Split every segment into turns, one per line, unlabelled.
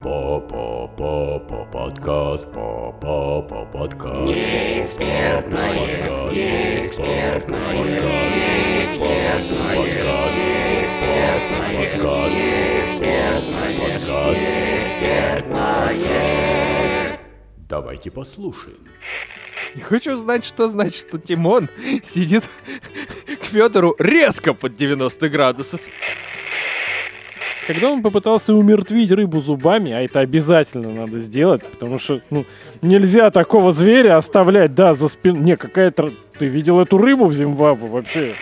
Папа, папа, подкаст, папа, папа, подкаст.
Неэкспертное,
Подкаст,
неэкспертное, неэкспертное,
Подкаст,
неэкспертное,
подкаст,
неэкспертное.
Давайте послушаем.
Я хочу знать, что значит, что Тимон сидит к Федору резко под 90 градусов.
Когда он попытался умертвить рыбу зубами, а это обязательно надо сделать, потому что ну, нельзя такого зверя оставлять, да, за спиной. Не, какая-то... р- Ты видел эту рыбу в Зимбабве вообще?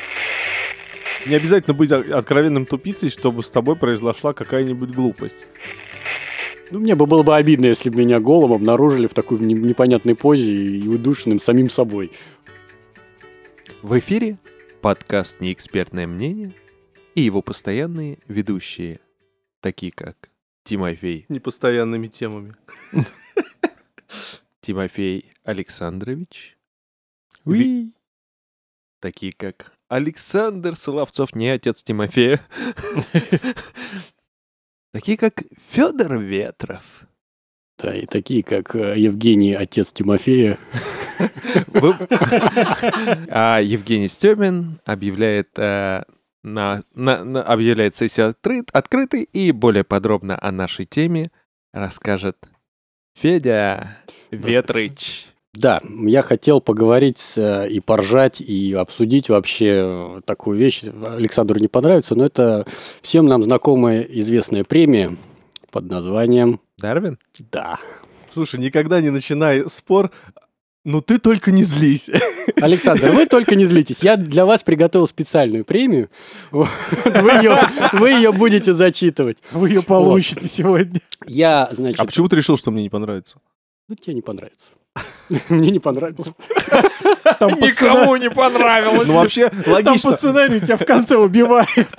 Не обязательно быть о- откровенным тупицей, чтобы с тобой произошла какая-нибудь глупость.
Ну, мне бы было бы обидно, если бы меня голым обнаружили в такой не- непонятной позе и удушенным самим собой.
В эфире подкаст «Неэкспертное мнение» и его постоянные ведущие, такие как Тимофей,
Непостоянными темами.
Тимофей Александрович,
Уи.
такие как Александр Соловцов, не отец Тимофея, такие как Федор Ветров.
Да, и такие, как э, Евгений, отец Тимофея.
Вы- А Евгений Стёмин объявляет э, на, на- на- объявляет сессию открыт, открытой и более подробно о нашей теме расскажет Федя Ветрыч.
Да, я хотел поговорить э, и поржать, и обсудить вообще э, такую вещь. Александру не понравится, но это всем нам знакомая известная премия под названием
Дарвин?
«Да».
Слушай, никогда не начинай спор, но ты только не злись.
Александр, вы только не злитесь. Я для вас приготовил специальную премию. Вот, Вы ее, вы ее будете зачитывать.
Вы ее получите сегодня.
Я, значит...
А почему ты решил, что мне не понравится?
Ну, тебе не понравится. Мне не понравилось.
Там по, сцена-
не понравилось.
Ну вообще
там по
логично.
сценарию тебя в конце убивает.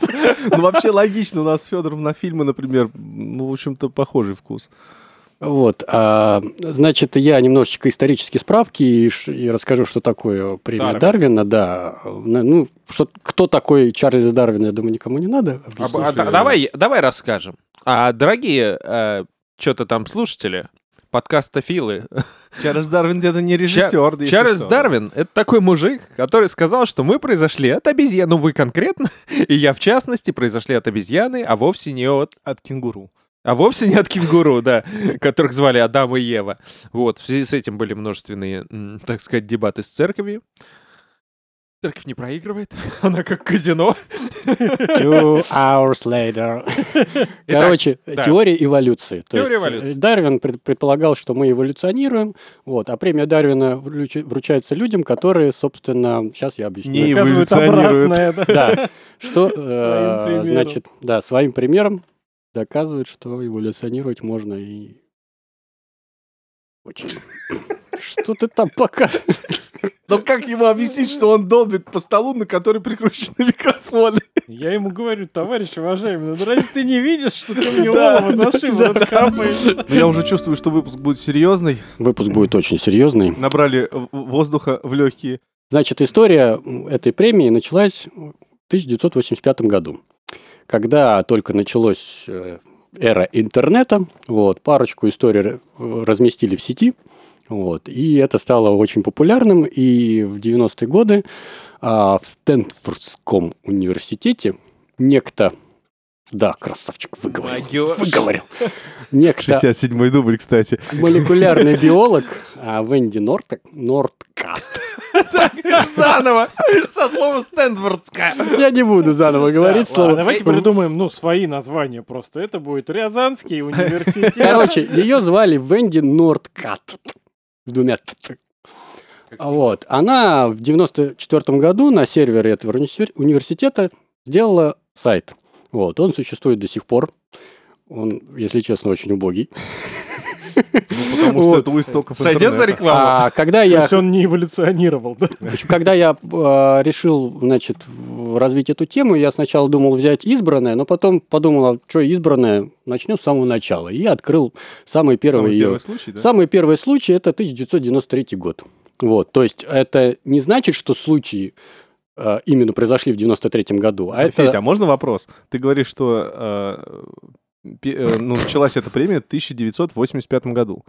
Ну вообще логично. У нас с Федором на фильмы, например, ну, в общем-то, похожий вкус.
Вот, а, значит, я немножечко исторические справки и, ш- и расскажу, что такое премия
Дарвин.
Дарвина, да. На- Ну, что, кто такой Чарльз Дарвин, я думаю, никому не надо. объяснить.
а, давай, давай расскажем. А, дорогие что-то там слушатели, подкаста Филы.
Чарльз Дарвин где-то не режиссер. если
Чарльз
что.
Дарвин — это такой мужик, который сказал, что мы произошли от обезьяны, ну вы конкретно, и я в частности произошли от обезьяны, а вовсе не от
От кенгуру.
А вовсе не от кенгуру, да, которых звали Адам и Ева. Вот, в связи с этим были множественные, м, так сказать, дебаты с церковью. Церковь не проигрывает, она как казино.
Two hours later.
Итак,
Короче,
да.
теория эволюции. То
Теория
есть,
эволюции.
э, Дарвин пред- предполагал, что мы эволюционируем, вот, а премия Дарвина вручи- вручается людям, которые, собственно, сейчас я объясню.
Не
Оказывается,
эволюционирует.
обратное. да.
Да. Что, э,
примером.
значит, да, своим примером доказывает, что эволюционировать можно и... Очень. Что ты там пока...
Ну как ему объяснить, что он долбит по столу, на который прикручены микрофоны?
Я ему говорю, товарищ уважаемый, ну разве ты не видишь, что ты мне голову за шиворот капаешь?
Ну, я уже чувствую, что выпуск будет серьезный.
Выпуск будет очень серьезный.
Набрали в- воздуха в легкие.
Значит, история м, этой премии началась в 1985 году, когда только началось э, эра интернета. Вот, парочку историй р- разместили в сети. Вот, и это стало очень популярным. И в 90-е годы а, в Стэнфордском университете некто... Да, красавчик, выговорил. Выговорил. Некто
67-й дубль, кстати.
молекулярный биолог а, Венди Нортек, Нортка.
Заново. Со слова Стэнфордская.
Я не буду заново говорить
Ладно,
слово. Типа,
давайте придумаем, ну, свои названия просто. Это будет Рязанский университет.
Короче, ее звали Венди Нордкат. С двумя «т». А Вот. Она в 94 году на сервере этого универ- университета сделала сайт. Вот. Он существует до сих пор. Он, если честно, очень убогий.
Ну, Потому что
Вот.
это у истоков
Сойдет за
интернета.
рекламу?
А когда
То
я
есть он не эволюционировал, да?
Короче, когда я э, решил, значит, в- развить эту тему, я сначала думал взять избранное, но потом подумал, а что избранное, начнем с самого начала. И я открыл самый первый
Самый
ее...
первый случай, да?
Самый первый случай – это 1993 год. Вот, то есть это не значит, что случаи э, именно произошли в 93 году, а это...
Федя, а можно вопрос? Ты говоришь, что э, пе- э, ну, началась эта премия в 1985 году.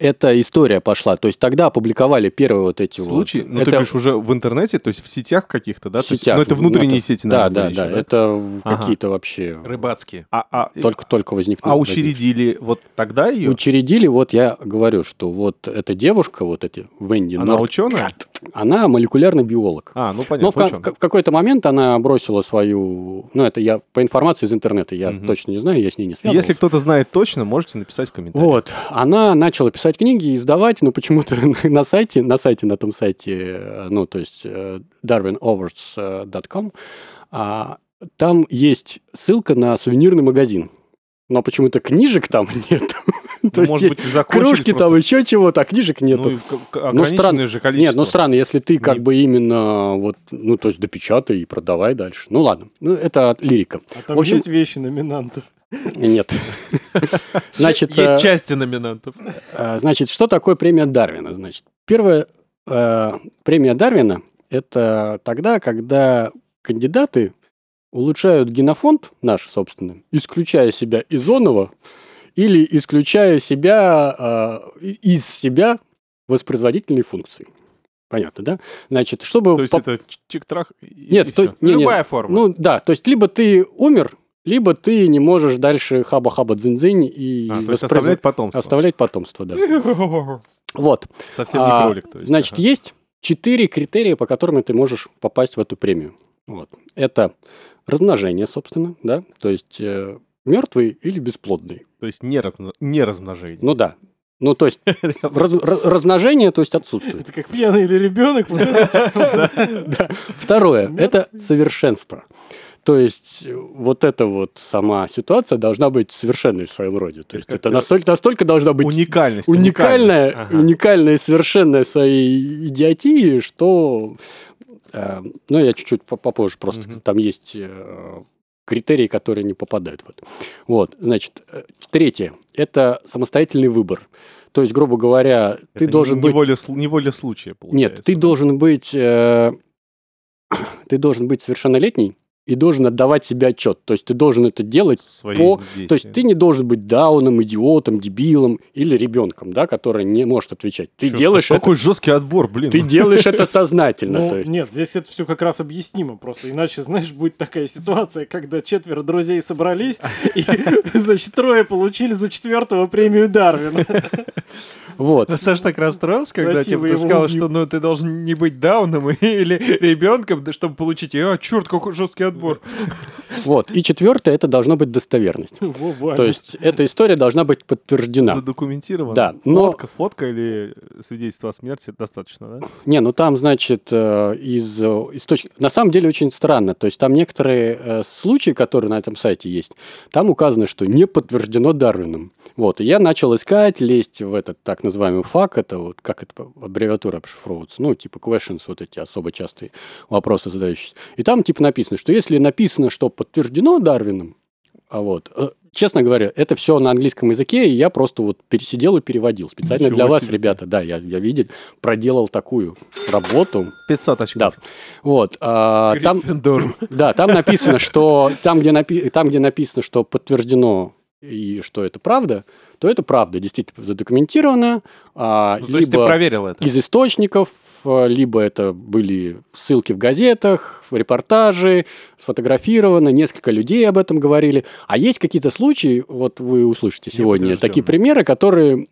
Эта история пошла. То есть тогда опубликовали первые вот эти
Случай,
вот...
ну
это-
ты говоришь уже в интернете, то есть в сетях каких-то, да?
в
То есть-
сетях.
ну это внутренние
Это-
сети,
Да,
наверное,
да,
были
да.
ещё,
Это
Ага.
какие-то вообще
Рыбацкие.
А, а, и-
только-только возникнут.
а учредили вот тогда ее?
Учредили, вот я говорю, что вот эта девушка, ну, вот эти Венди
Она
Норт,
ученая?
она молекулярный биолог.
А, ну
Но в,
понятно,
ка-
ученая.
в какой-то момент она бросила свою... Ну, это я по информации из интернета, я
Мгм.
точно не знаю, я с ней не связывался.
Если кто-то знает точно, можете написать в комментариях.
Вот, она начала писать книги и издавать, но почему-то на сайте, на сайте, на том сайте, э, ну, то есть э, darwinoverts.com, а, там есть ссылка на сувенирный магазин. Но почему-то книжек там нет. То есть
Ну, Может
есть
быть, закончились
кружки
просто.
там, еще чего-то, а книжек
Ну,
нету.
и к- к- ограниченное же количество.
Нет, ну странно, если ты как
Не-
бы именно вот, ну, то есть допечатай и продавай дальше. Ну, ладно, ну, это от- лирика.
А там
В общем-
есть вещи номинантов.
Нет. Значит, э,
Есть части номинантов.
А, Значит, что такое премия Дарвина? Значит, первая э, премия Дарвина – это тогда, когда кандидаты улучшают генофонд наш собственный, исключая себя изонова или исключая себя э, и- из себя воспроизводительные функции. Понятно, да? Значит, чтобы...
То есть
Ну, по-
это ч- чик-трах и- и
Нет, то-
всё.
не, не.
Любая форма.
Ну да, то есть либо ты умер, либо ты не можешь дальше хаба-хаба дзынь-дзынь и
А, то есть
воспроизв-
оставлять потомство.
оставлять потомство, да. Вот.
Совсем не
А,
кролик. То есть.
Значит,
Ага.
есть четыре критерия, по которым ты можешь попасть в эту премию. Вот. Это размножение, собственно, да, то есть мертвый или бесплодный.
То есть не, размно- не размножение.
Ну да. Ну, то есть раз- раз- размножение, то есть отсутствует.
Это как пьяный или ребенок.
Второе –
Мертвый.
это совершенство. То есть э, вот эта вот сама ситуация должна быть совершенной в своем роде. То есть это
как-то
настолько, настолько должна быть
Уникальность.
уникальная,
уникальность. Ага.
уникальная совершенно в своей идиотии, что... э, ну, я чуть-чуть по- попозже просто.
Мгм.
Там есть э, критерии, которые не попадают в это. Вот, значит, э, третье. Это самостоятельный выбор. То есть, грубо говоря, ты
Это
должен
не-
быть...
Неволя, сл- неволя случая, получается.
Нет, ты должен быть... э, ты должен быть совершеннолетний и должен отдавать себе отчет. То есть, ты должен это делать
Свои
по-
действия.
то есть ты не должен быть дауном, идиотом, дебилом или ребенком, да, который не может отвечать. Ты
Чё,
делаешь это,
Какой жесткий отбор, блин.
ты делаешь это сознательно.
Ну,
то есть.
нет, здесь это все как раз объяснимо просто. Иначе, знаешь, будет такая ситуация, когда четверо друзей собрались, и, значит, трое получили за четвертого премию Дарвина.
Вот.
Саш А так расстроился, когда
Красиво
тебе
его
сказал,
убил.
что ну, ты должен не быть дауном или ребенком, да, чтобы получить. А, черт, какой жесткий отбор.
вот. И четвертое, это должно быть достоверность.
Во, Ваня.
То есть эта история должна быть подтверждена.
Задокументировано.
Да, но-
Фотка, фотка или свидетельство о смерти достаточно, да?
Не, ну там, значит, э, из, э, из точки... На самом деле очень странно. То есть там некоторые э, случаи, которые на этом сайте есть, там указано, что не подтверждено Дарвином. Вот, и я начал искать, лезть в этот так называемый фак, это вот как это по- аббревиатура обшифровывается, ну, типа questions, вот эти особо частые вопросы задающиеся. И там типа написано, что если написано, что подтверждено Дарвином, а вот, э, честно говоря, это все на английском языке, и я просто вот пересидел и переводил. Специально
Ничего
для вас,
себе.
ребята, да, я, я видел, проделал такую работу.
500 очков.
Вот, а, там,
Гриффиндор. Ну,
да, там написано, что там где, напи- там, где написано, что подтверждено и что это правда, то это правда, действительно задокументировано. а,
Ну, то есть ты
либо-
проверил это.
из источников, э, либо это были ссылки в газетах, репортажи, сфотографировано, несколько людей об этом говорили. А есть какие-то случаи, вот вы услышите сегодня, такие
Неподтверждённые.
примеры, которые, м,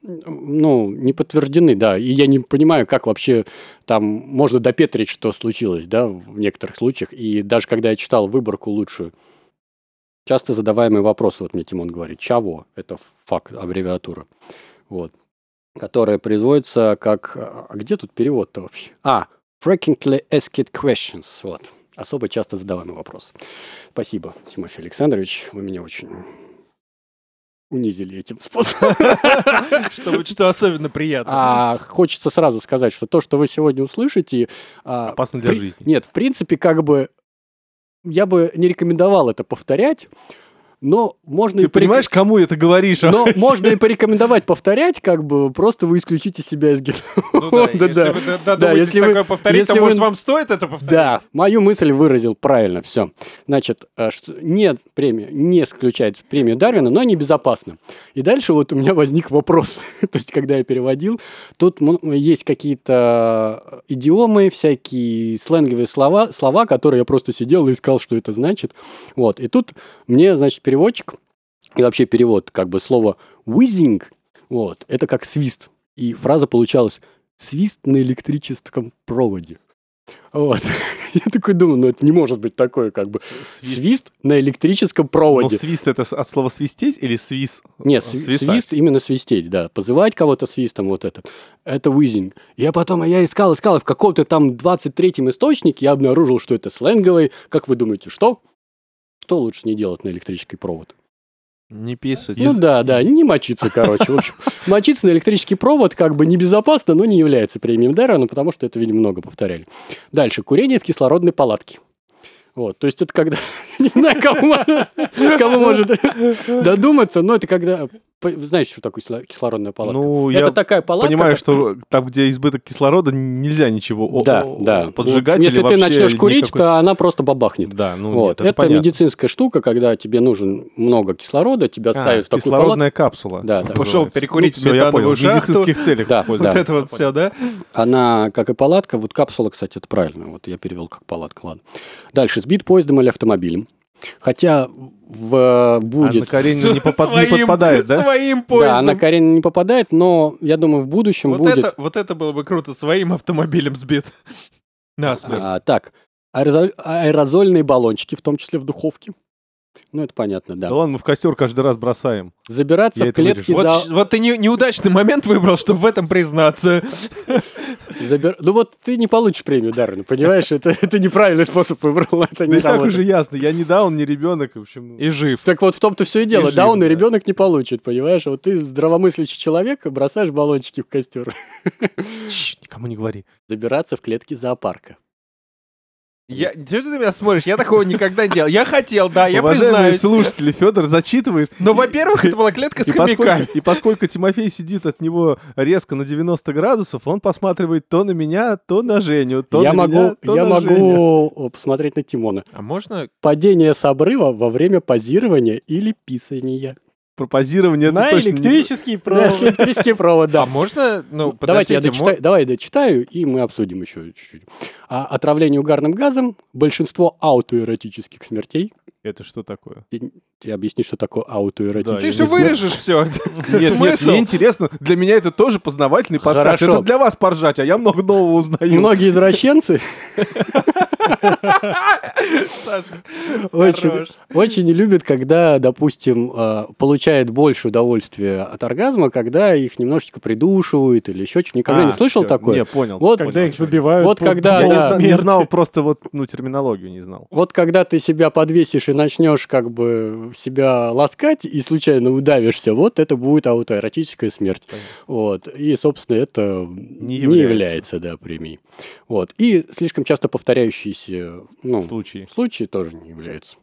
ну, не подтверждены, да. И я не понимаю, как вообще там можно допетрить, что случилось, да, в некоторых случаях. И даже когда я читал выборку лучшую, часто задаваемый вопрос, вот мне Тимон говорит, «Чаво?» — это факт, аббревиатура. Вот которая производится как... А где тут перевод-то вообще? А, frequently asked questions, вот. Особо часто задаваемый вопрос. Спасибо, Тимофей Александрович, вы меня очень унизили этим способом.
Что, что особенно приятно.
А хочется сразу сказать, что то, что вы сегодня услышите... а,
Опасно для
при-
жизни.
Нет, в принципе, как бы я бы не рекомендовал это повторять, Но можно ну и
Ты
порек-
понимаешь, кому это говоришь? а?
но можно и порекомендовать повторять, как бы просто вы исключите себя из
Ну
геномонда.
если
да.
вы д- додумаетесь
если вы-
такое повторить, то
если
может
вы-
вам стоит это повторить?
Да, мою мысль выразил правильно, все. Значит, а, что нет премии, не исключает премию Дарвина, но они безопасны. И дальше вот у меня возник вопрос, то есть когда я переводил, тут м- есть какие-то э, идиомы, всякие сленговые слова, слова, которые я просто сидел и искал, что это значит. Вот, и тут мне, значит, переводчик, и вообще перевод, как бы слово «whizzing», вот, это как свист. И фраза получалась «свист на электрическом проводе». Вот. Я такой думаю, ну это не может быть такое, как бы. Свист, на электрическом
Но
проводе.
Ну, свист это с- от слова свистеть или свист?
Нет, сви-
свисать.
свист, именно свистеть, да. Позывать кого-то свистом, вот это. Это вызинг. Я потом, а я искал, искал, и в каком-то там 23-м источнике я обнаружил, что это сленговый. Как вы думаете, что? Что лучше не делать на электрический провод?
Не писать.
Ну да, да, не мочиться, короче. В общем, мочиться на электрический провод как бы небезопасно, но не является премиум Дарвина, потому что это, видимо, много повторяли. Дальше. Курение в кислородной палатке. Вот, то есть это когда... Не знаю, кому, кому может додуматься, но это когда... п- Знаешь, что такое кисло- кислородная палатка?
Ну,
это
я
такая палатка...
понимаю,
как-
что там, где избыток кислорода, нельзя ничего о-
Да,
о-
да.
поджигать.
Вот если
или
ты
вообще
начнешь курить,
никакой-
то она просто бабахнет.
Да, ну
вот.
нет,
это
это, понятно.
медицинская штука, когда тебе нужен много кислорода, тебя
А,
ставят в такую палатку.
кислородная капсула.
Да, да.
Пошел перекурить
все, я понял,
метановую
в
шахту.
медицинских целях
Да,
используют.
да.
Вот это вот все, да?
Она, как и палатка, вот капсула, кстати, это правильно. Вот я перевел как палатка, ладно. Дальше, сбит поездом или автомобилем. Хотя
А
в, э, будет...
Анна Каренина
С-
не, попад- не
своим-
подпадает, да?
Своим
да, Анна
поездом.
Каренина не попадает, но я думаю, в будущем
Вот
будет...
это, вот это было бы круто, своим автомобилем сбит. Насмерть.
А, так, аэрозоль- аэрозольные баллончики, в том числе в духовке. Ну, это понятно, да.
Да ладно, мы в костер каждый раз бросаем.
Забираться
я
в
это
клетки
Вот,
за...
щ- вот ты не- неудачный момент выбрал, чтобы в этом признаться.
забир- Ну вот ты не получишь премию, Дарвин, понимаешь? Это, это неправильный способ выбрал, это
Да
не
и так
работает.
уже ясно, я не даун, не ребенок, в общем.
И жив.
Так вот в том-то все и дело.
жив,
да, он и
да.
ребенок не получит, понимаешь? Вот ты здравомыслящий человек и бросаешь баллончики в костер.
Чш, никому не говори.
Забираться в клетки зоопарка.
Я, чё ты на меня смотришь? Я такого никогда не делал. Я хотел, да, А я
Уважаемые
признаюсь.
слушатели, Федор зачитывает.
Но, во-первых, это была клетка с
И поскольку,
хомяками.
и поскольку Тимофей сидит от него резко на 90 градусов, он посматривает то на меня, то на Женю, то
я
на
могу,
меня, то
я
на Женю.
могу о, посмотреть на Тимона.
А можно
Падение с обрыва во время позирования или писания.
Про позирование это
На
точно не-
электрический провод.
Электрический провод,
Да,
да.
можно, ну, подождите,
Давайте я дочитаю,
мо-
давай я дочитаю, и мы обсудим еще чуть-чуть. А, отравление угарным газом, большинство аутоэротических смертей.
Это что такое?
Ты объясни, что такое аутоэротические
я
Ты
не
же
знаю.
вырежешь все.
Нет, нет,
Смысл?
мне интересно. Для меня это тоже познавательный подкаст.
Хорошо.
Это для вас поржать, а я много нового узнаю.
Многие извращенцы
Саша,
очень,
хорош.
очень не любят, когда, допустим, э, получают больше удовольствия от оргазма, когда их немножечко придушивают или еще что-то. Никогда
А,
не слышал
всё,
такое?
Не, понял.
Вот,
понял.
Когда их забивают.
Вот
под
когда,
Я
дом
не
да.
зна- не,
смерти.
знал просто вот, ну, терминологию не знал.
Вот когда ты себя подвесишь и начнешь как бы себя ласкать и случайно удавишься, вот это будет аутоэротическая смерть. Вот. И, собственно, это не является,
является.
да, премией. Вот. И слишком часто повторяющиеся ну,
Случай.
случаи тоже не являются.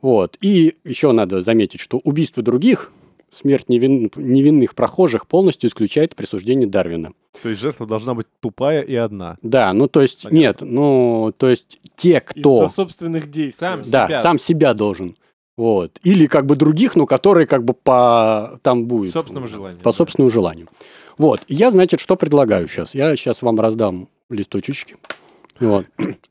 Вот. И еще надо заметить, что убийство других, смерть невин- невинных прохожих полностью исключает присуждение Дарвина.
То есть жертва должна быть тупая и одна.
Да, ну то есть,
Понятно.
нет, ну то есть те, кто...
Из-за собственных действий.
Сам
Да,
себя.
сам себя должен. Вот. Или как бы других, но которые как бы по там
По
будет.
собственному желанию.
По
да.
собственному желанию. Вот. И Я, значит, что предлагаю сейчас? Я сейчас вам раздам листочечки. Вот.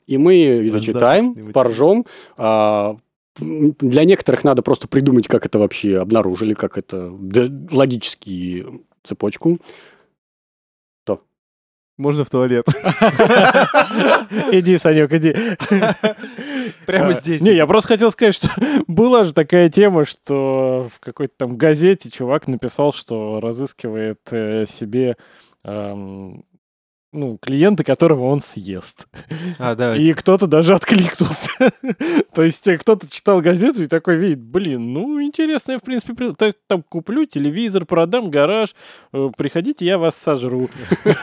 И мы зачитаем,
материал.
поржем. А, м, для некоторых надо просто придумать, как это вообще обнаружили, как это да, логически цепочку.
Можно в туалет.
Иди, Санек, иди.
Прямо
А,
здесь.
Не, я просто хотел сказать, что была же такая тема, что в какой-то там газете чувак написал, что разыскивает э, себе эм, ну, клиента, которого он съест.
А, да.
И кто-то даже откликнулся. То есть э, кто-то читал газету и такой видит, блин, ну интересно, я в принципе при- так, там куплю телевизор, продам гараж, э, приходите, я вас сожру.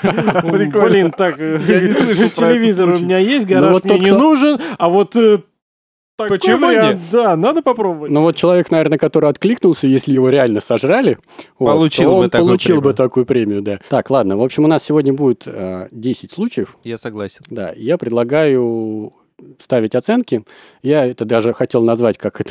М,
Прикольно.
Блин, так э,
Я не слышал про этот
телевизор у
случай.
меня есть,
Ну
гараж
вот
мне
тот,
не
кто-
нужен, а вот э, такой
Почему
вариант, Да, надо попробовать.
Ну вот человек, наверное, который откликнулся, если его реально сожрали, вот,
Получил
то
бы
он
такую
получил бы
премию.
такую премию, да. Так, ладно, в общем, у нас сегодня будет э, 10 случаев,
Я согласен.
да, и я предлагаю ставить оценки. Я это даже хотел назвать как это.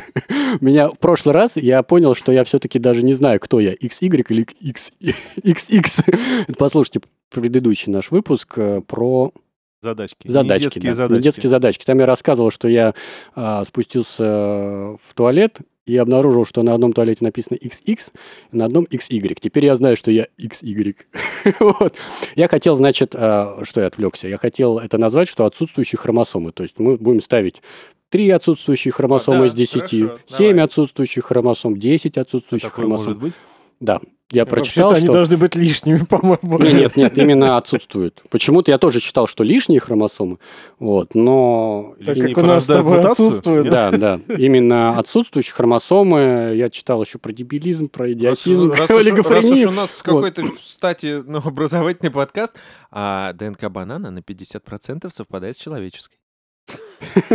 Меня в прошлый раз я понял, что я все-таки даже не знаю, кто я, XY или X, XX. Послушайте предыдущий наш выпуск э, про
Задачки.
Задачки,
Не детские
да.
задачки.
Не детские задачки. Там я рассказывал, что я а, спустился э, в туалет и обнаружил, что на одном туалете написано XX, на одном XY. Теперь я знаю, что я XY. вот. Я хотел, значит, а, что я отвлекся? Я хотел это назвать, что отсутствующие хромосомы. То есть мы будем ставить три отсутствующие хромосомы
А, да,
из 10,
хорошо,
7
давай.
отсутствующих хромосом, 10 отсутствующих
Такое
хромосом.
может быть.
Да, я прочитал,
Вообще-то они
что...
должны быть лишними, по-моему.
Не, Нет, нет, именно отсутствует. Почему-то я тоже читал, что лишние хромосомы, вот, но...
Так
И не
как у нас с
порождают
тобой
мутацию?
отсутствует.
Да, да. Именно отсутствующие хромосомы. Я читал еще про дебилизм, про
Раз,
идиотизм,
раз уж, раз уж
олигофрению.
у нас какой-то, кстати, ну, образовательный подкаст, а ДНК банана на 50% совпадает с человеческой.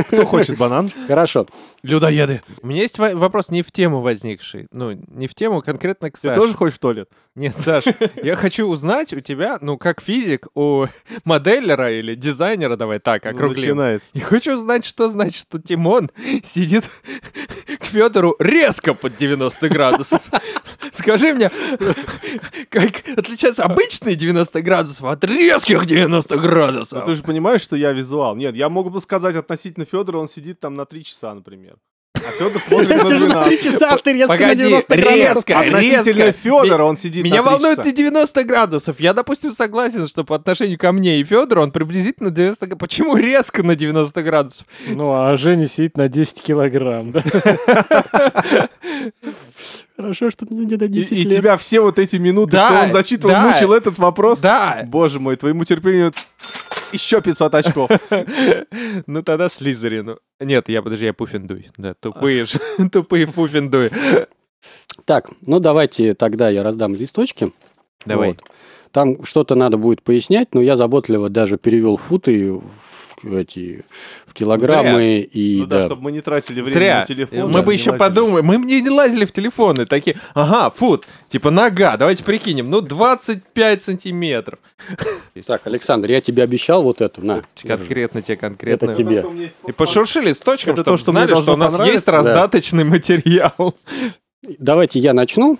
Кто хочет банан?
Хорошо.
Людоеды.
У меня есть во- вопрос не в тему возникший, ну, не в тему, конкретно к
Ты
Саше.
тоже хочешь в туалет?
Нет, Саш, я хочу узнать у тебя, ну, как физик, у моделлера или дизайнера, давай так,
Ну,
округлим.
Начинается.
И хочу узнать, что значит, что Тимон сидит к Федору резко под 90 градусов. Скажи мне, как отличаются обычные 90 градусов от резких 90
Ну, ты
градусов?
же понимаешь, что я визуал. Нет, я могу бы сказать относительно Федора, он сидит там на 3 часа, например. А Федор смотрит
Я
на
сижу на 3
12.
часа, а ты резко на
Погоди,
90 градусов.
резко,
Относительно
резко.
Федора он сидит
Меня
на 3
волнует
часа.
не 90 градусов. Я, допустим, согласен, что по отношению ко мне и Федору он приблизительно 90 градусов. Почему резко на 90 градусов?
Ну, а Женя сидит на 10 килограмм. да.
Хорошо, что ты мне до
И,
10
и
лет.
тебя все вот эти минуты,
Да,
что он зачитывал,
да.
мучил этот вопрос.
Да.
Боже мой, твоему терпению еще 500 очков.
Ну тогда Слизерину. Нет, я, подожди, я Пуффендуй. Да, тупые же, тупые Пуффендуй.
Так, ну давайте тогда я раздам листочки.
Давай.
Вот. Там что-то надо будет пояснять, но я заботливо даже перевел футы в эти в килограммы и
Ну да,
да.
чтобы мы не тратили время
Зря.
на телефон.
Мы
да,
бы
не
еще
лазили.
подумали. Мы мне не лазили в телефоны. Такие, ага, фут. Типа нога. Давайте прикинем. Ну, 25 сантиметров.
Так, Александр, я тебе обещал вот эту, на.
Конкретно тебе, конкретно.
Это тебе.
И пошуршили с точком,
Это
чтобы
то, что мне
знали, что
должно
у нас есть
понравиться, да.
раздаточный материал.
Давайте я начну.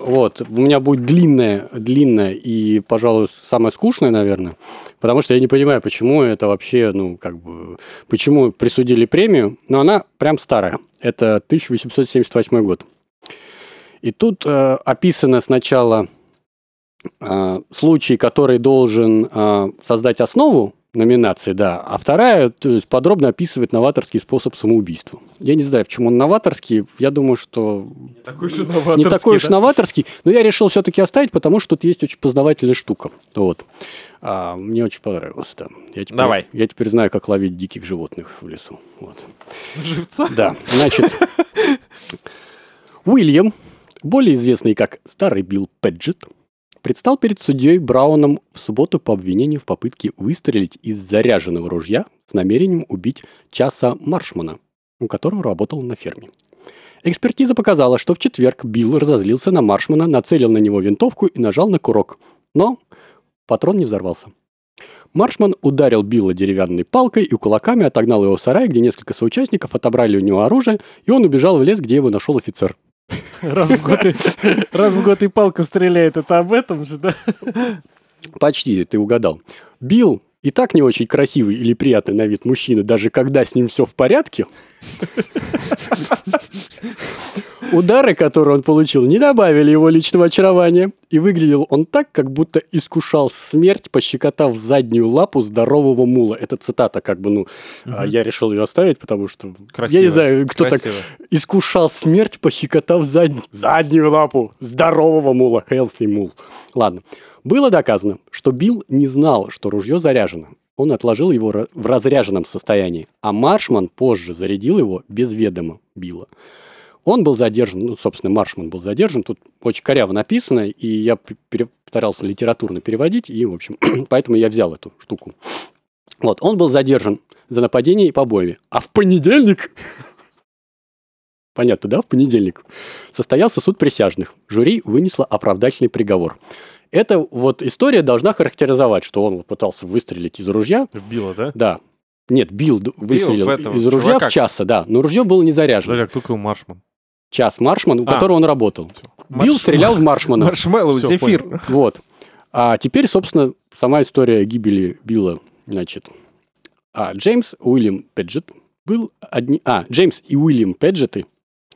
Вот, у меня будет длинная, длинная и, пожалуй, самая скучная, наверное, потому что я не понимаю, почему это вообще, ну, как бы, почему присудили премию, но она прям старая. Это 1878 год. И тут э, описано сначала э, случай, который должен э, создать основу номинации, да, а вторая то есть, подробно описывает новаторский способ самоубийства. Я не знаю, в чем он новаторский, я думаю, что
Такой же
не такой уж новаторский, но я решил все-таки оставить, потому что тут есть очень познавательная штука. Вот. А, мне очень понравилось, да. Я теперь,
Давай.
Я теперь знаю, как ловить диких животных в лесу. Вот.
Живца.
Да, значит, Уильям, более известный как Старый Билл Педжет, предстал перед судьей Брауном в субботу по обвинению в попытке выстрелить из заряженного ружья с намерением убить Часа Маршмана, у которого работал на ферме. Экспертиза показала, что в четверг Билл разозлился на Маршмана, нацелил на него винтовку и нажал на курок. Но патрон не взорвался. Маршман ударил Билла деревянной палкой и кулаками отогнал его в сарай, где несколько соучастников отобрали у него оружие, и он убежал в лес, где его нашел офицер.
Раз в год и- раз в год и палка стреляет. Это об этом же, да?
Почти, ты угадал. Билл и так не очень красивый или приятный на вид мужчина, даже когда с ним все в порядке. Удары, которые он получил, не добавили его личного очарования. И выглядел он так, как будто искушал смерть, пощекотав заднюю лапу здорового мула. Это цитата, как бы, ну, а я решил ее оставить, потому что... Я не
Красиво,
знаю, кто так...
красиво.
Искушал смерть, пощекотав заднюю, заднюю лапу здорового мула, healthy мул. Ладно. Было доказано, что Билл не знал, что ружье заряжено. Он отложил его ра- в разряженном состоянии, а Маршман позже зарядил его без ведома Билла. Он был задержан, ну, собственно, Маршман был задержан, тут очень коряво написано, и я п- пере- старался литературно переводить, и, в общем, поэтому я взял эту штуку. Вот, он был задержан за нападение и побои. А в понедельник... Понятно, да? В понедельник. Состоялся суд присяжных. Жюри вынесло оправдательный приговор. Эта вот история должна характеризовать, что он вот пытался выстрелить из ружья.
Вбило, да?
Да. Нет, бил, д- выстрелил
в этого
из ружья
чувака.
в часа, да. Но ружье было не заряжено.
Подожди, а кто такой Маршман?
Час маршман, у
А.
которого он работал. Бил,
Маршман.
стрелял в маршмана.
Маршмеллоу,
Всё,
зефир.
Вот. А теперь, собственно, сама история гибели Билла, значит. А Джеймс Уильям Педжет был одни... А, Джеймс и Уильям Педжеты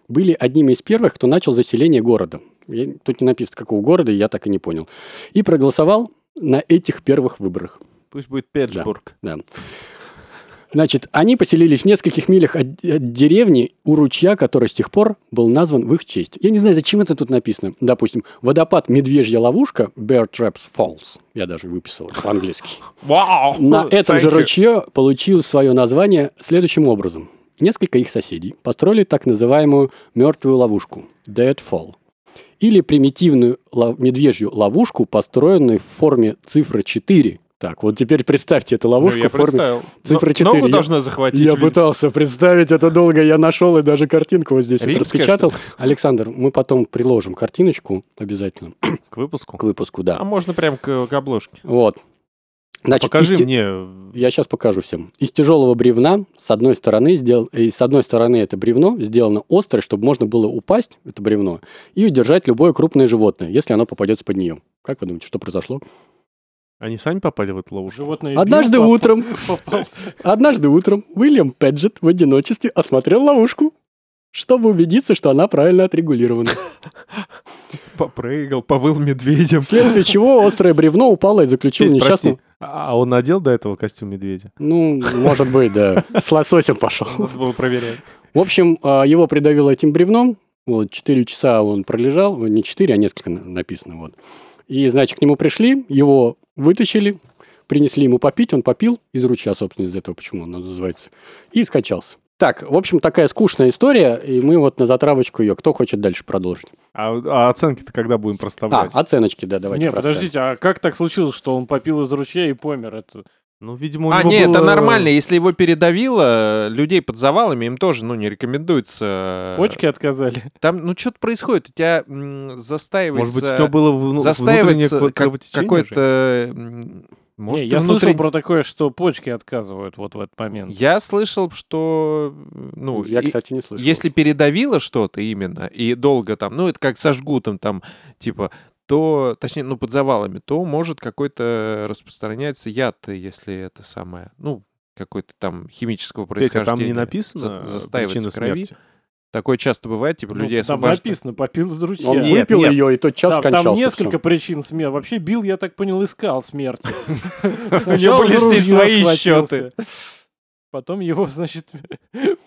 были одними из первых, кто начал заселение города. Я- Тут не написано, какого города, я так и не понял. И проголосовал на этих первых выборах.
Пусть будет Педжбург.
Да. Значит, они поселились в нескольких милях от, от деревни у ручья, который с тех пор был назван в их честь. Я не знаю, зачем это тут написано. Допустим, водопад «Медвежья ловушка» Bear Traps Falls. Я даже выписал по-английски.
Вау!
На этом
Thank
же
you.
ручье получил свое название следующим образом. Несколько их соседей построили так называемую мертвую ловушку Dead Fall. Или примитивную ло- медвежью ловушку, построенную в форме цифры 4. Так, вот теперь представьте эту
Ну,
ловушку
я
в форме
представил.
цифры
Но-
4.
Ногу
Я-
должна захватить.
я
видно.
пытался представить это долго, я нашел и даже картинку вот здесь вот
Римская,
распечатал. Александр, мы потом приложим картиночку обязательно
К выпуску.
к выпуску,
А
да.
можно прям к, к обложке.
Вот. Значит,
Покажи
из те-
мне.
Я сейчас покажу всем. Из тяжелого бревна с одной стороны сделал, и с одной стороны это бревно сделано острое, чтобы можно было упасть это бревно и удержать любое крупное животное, если оно попадется под нее. Как вы думаете, что произошло?
Они сами попали в эту ловушку?
Животные
Однажды утром,
Попался.
однажды утром Уильям Педжет в одиночестве осмотрел ловушку, чтобы убедиться, что она правильно отрегулирована.
Попрыгал, повыл медведем.
Вследствие чего острое бревно упало и заключило
Петь, прости,
несчастного.
А он надел до этого костюм медведя?
Ну, может быть, да. С лососем пошел.
Надо было проверять.
В общем, а, его придавило этим бревном. Вот, 4 часа он пролежал. Ой, Не 4, а несколько на- написано. Вот. И, значит, к нему пришли, его вытащили, принесли ему попить. Он попил из ручья, собственно, из этого, почему он называется. И скачался. Так, в общем, такая скучная история, и мы вот на затравочку ее. Кто хочет дальше продолжить?
А, а оценки-то когда будем
А,
проставлять?
оценочки, да, давайте.
Не,
проставим.
подождите, а как так случилось, что он попил из ручья и помер? Это... Ну, видимо, у
А,
него
нет, это
было-
нормально. Если его передавило, людей под завалами им тоже, ну, не рекомендуется. э,
Почки отказали.
Там, ну, что-то происходит. У тебя м, застаивается...
Может быть, у него было вну- внутреннее
застаивается
кро-
как-
кровотечение
какое-то...
же?
м,
Не,
Может,
я
ты внутри-
слышал про такое, что почки отказывают вот в этот момент.
Я слышал, что... Ну,
Я,
и-
кстати, не слышал.
если передавило что-то именно, и долго там, ну, это как со жгутом там, типа, то, точнее, ну, под завалами, то может какой-то распространяется яд, если это самое, ну, какой-то там химического
Петя,
происхождения.
там не написано
за-
э,
застаивается
причина
в крови.
смерти.
Такое часто бывает, типа, людей
Ну, там
освобождают.
написано, попил из ручья.
Он
Нет,
выпил
нет.
ее и тот час
там,
скончался.
там
всё.
несколько причин смерти. Вообще Бил, я так понял, искал смерти.
У него были
за
здесь
ружьё
свои
схватился. Потом его, значит,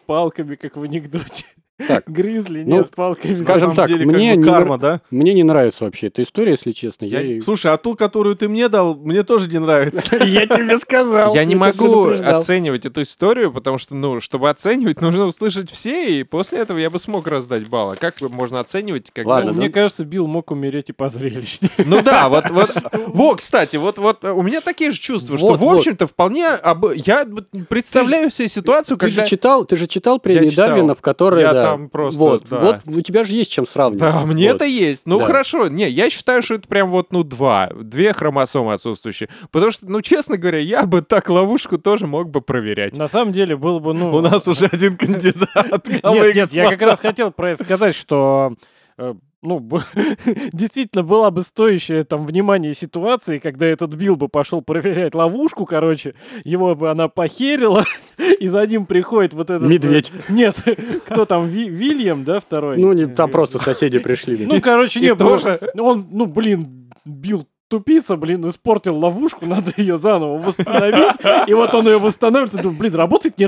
палками, как в анекдоте.
Так.
Грызли,
Ну,
нет, палками.
На
скажем
самом
так,
деле, как
мне
бы
не
карма, да?
Мне не нравится вообще эта история, если честно. Я,
Я-
и-
Слушай, а ту, которую ты мне дал, мне тоже не нравится.
Я тебе сказал.
Я
ну,
не
тебя
могу
предупреждал.
оценивать эту историю, потому что, ну, чтобы оценивать, нужно услышать все, и после этого я бы смог раздать баллы. Как бы можно оценивать, когда...
Ладно,
Ну, Мне кажется, Билл мог умереть и позрелищнее.
Ну да, вот, вот, во, кстати, вот, вот, э, у меня такие же чувства, что,
Вот,
в
вот.
общем-то, вполне, об- я вот представляю себе ситуацию,
Ты
когда...
же читал, ты же читал премии
читал.
Дарвина, в которой
Я
да,
там просто,
вот,
да.
вот у тебя же есть чем сравнивать.
Да, мне
Вот.
это есть. Ну
Да.
хорошо, не, я считаю, что это прям вот, ну, два, две хромосомы отсутствующие. Потому что, ну, честно говоря, я бы так ловушку тоже мог бы проверять.
Ну,
На самом деле было бы, ну...
У нас уже один кандидат.
Нет, нет, я как раз хотел про это сказать, что э, ну, б- действительно была бы стоящая там внимание ситуации, когда этот Билл бы пошел проверять ловушку, короче, его бы она похерила, и за ним приходит вот этот... э,
Медведь.
Нет, кто там, Ви- Вильям, да, второй?
Ну, не, там просто соседи пришли.
Ну, короче,
и
не,
тоже-
тоже. Он, ну, блин, бил тупица, блин, испортил ловушку, надо ее заново восстановить. И вот он ее восстанавливает, и думаю, блин, работает, не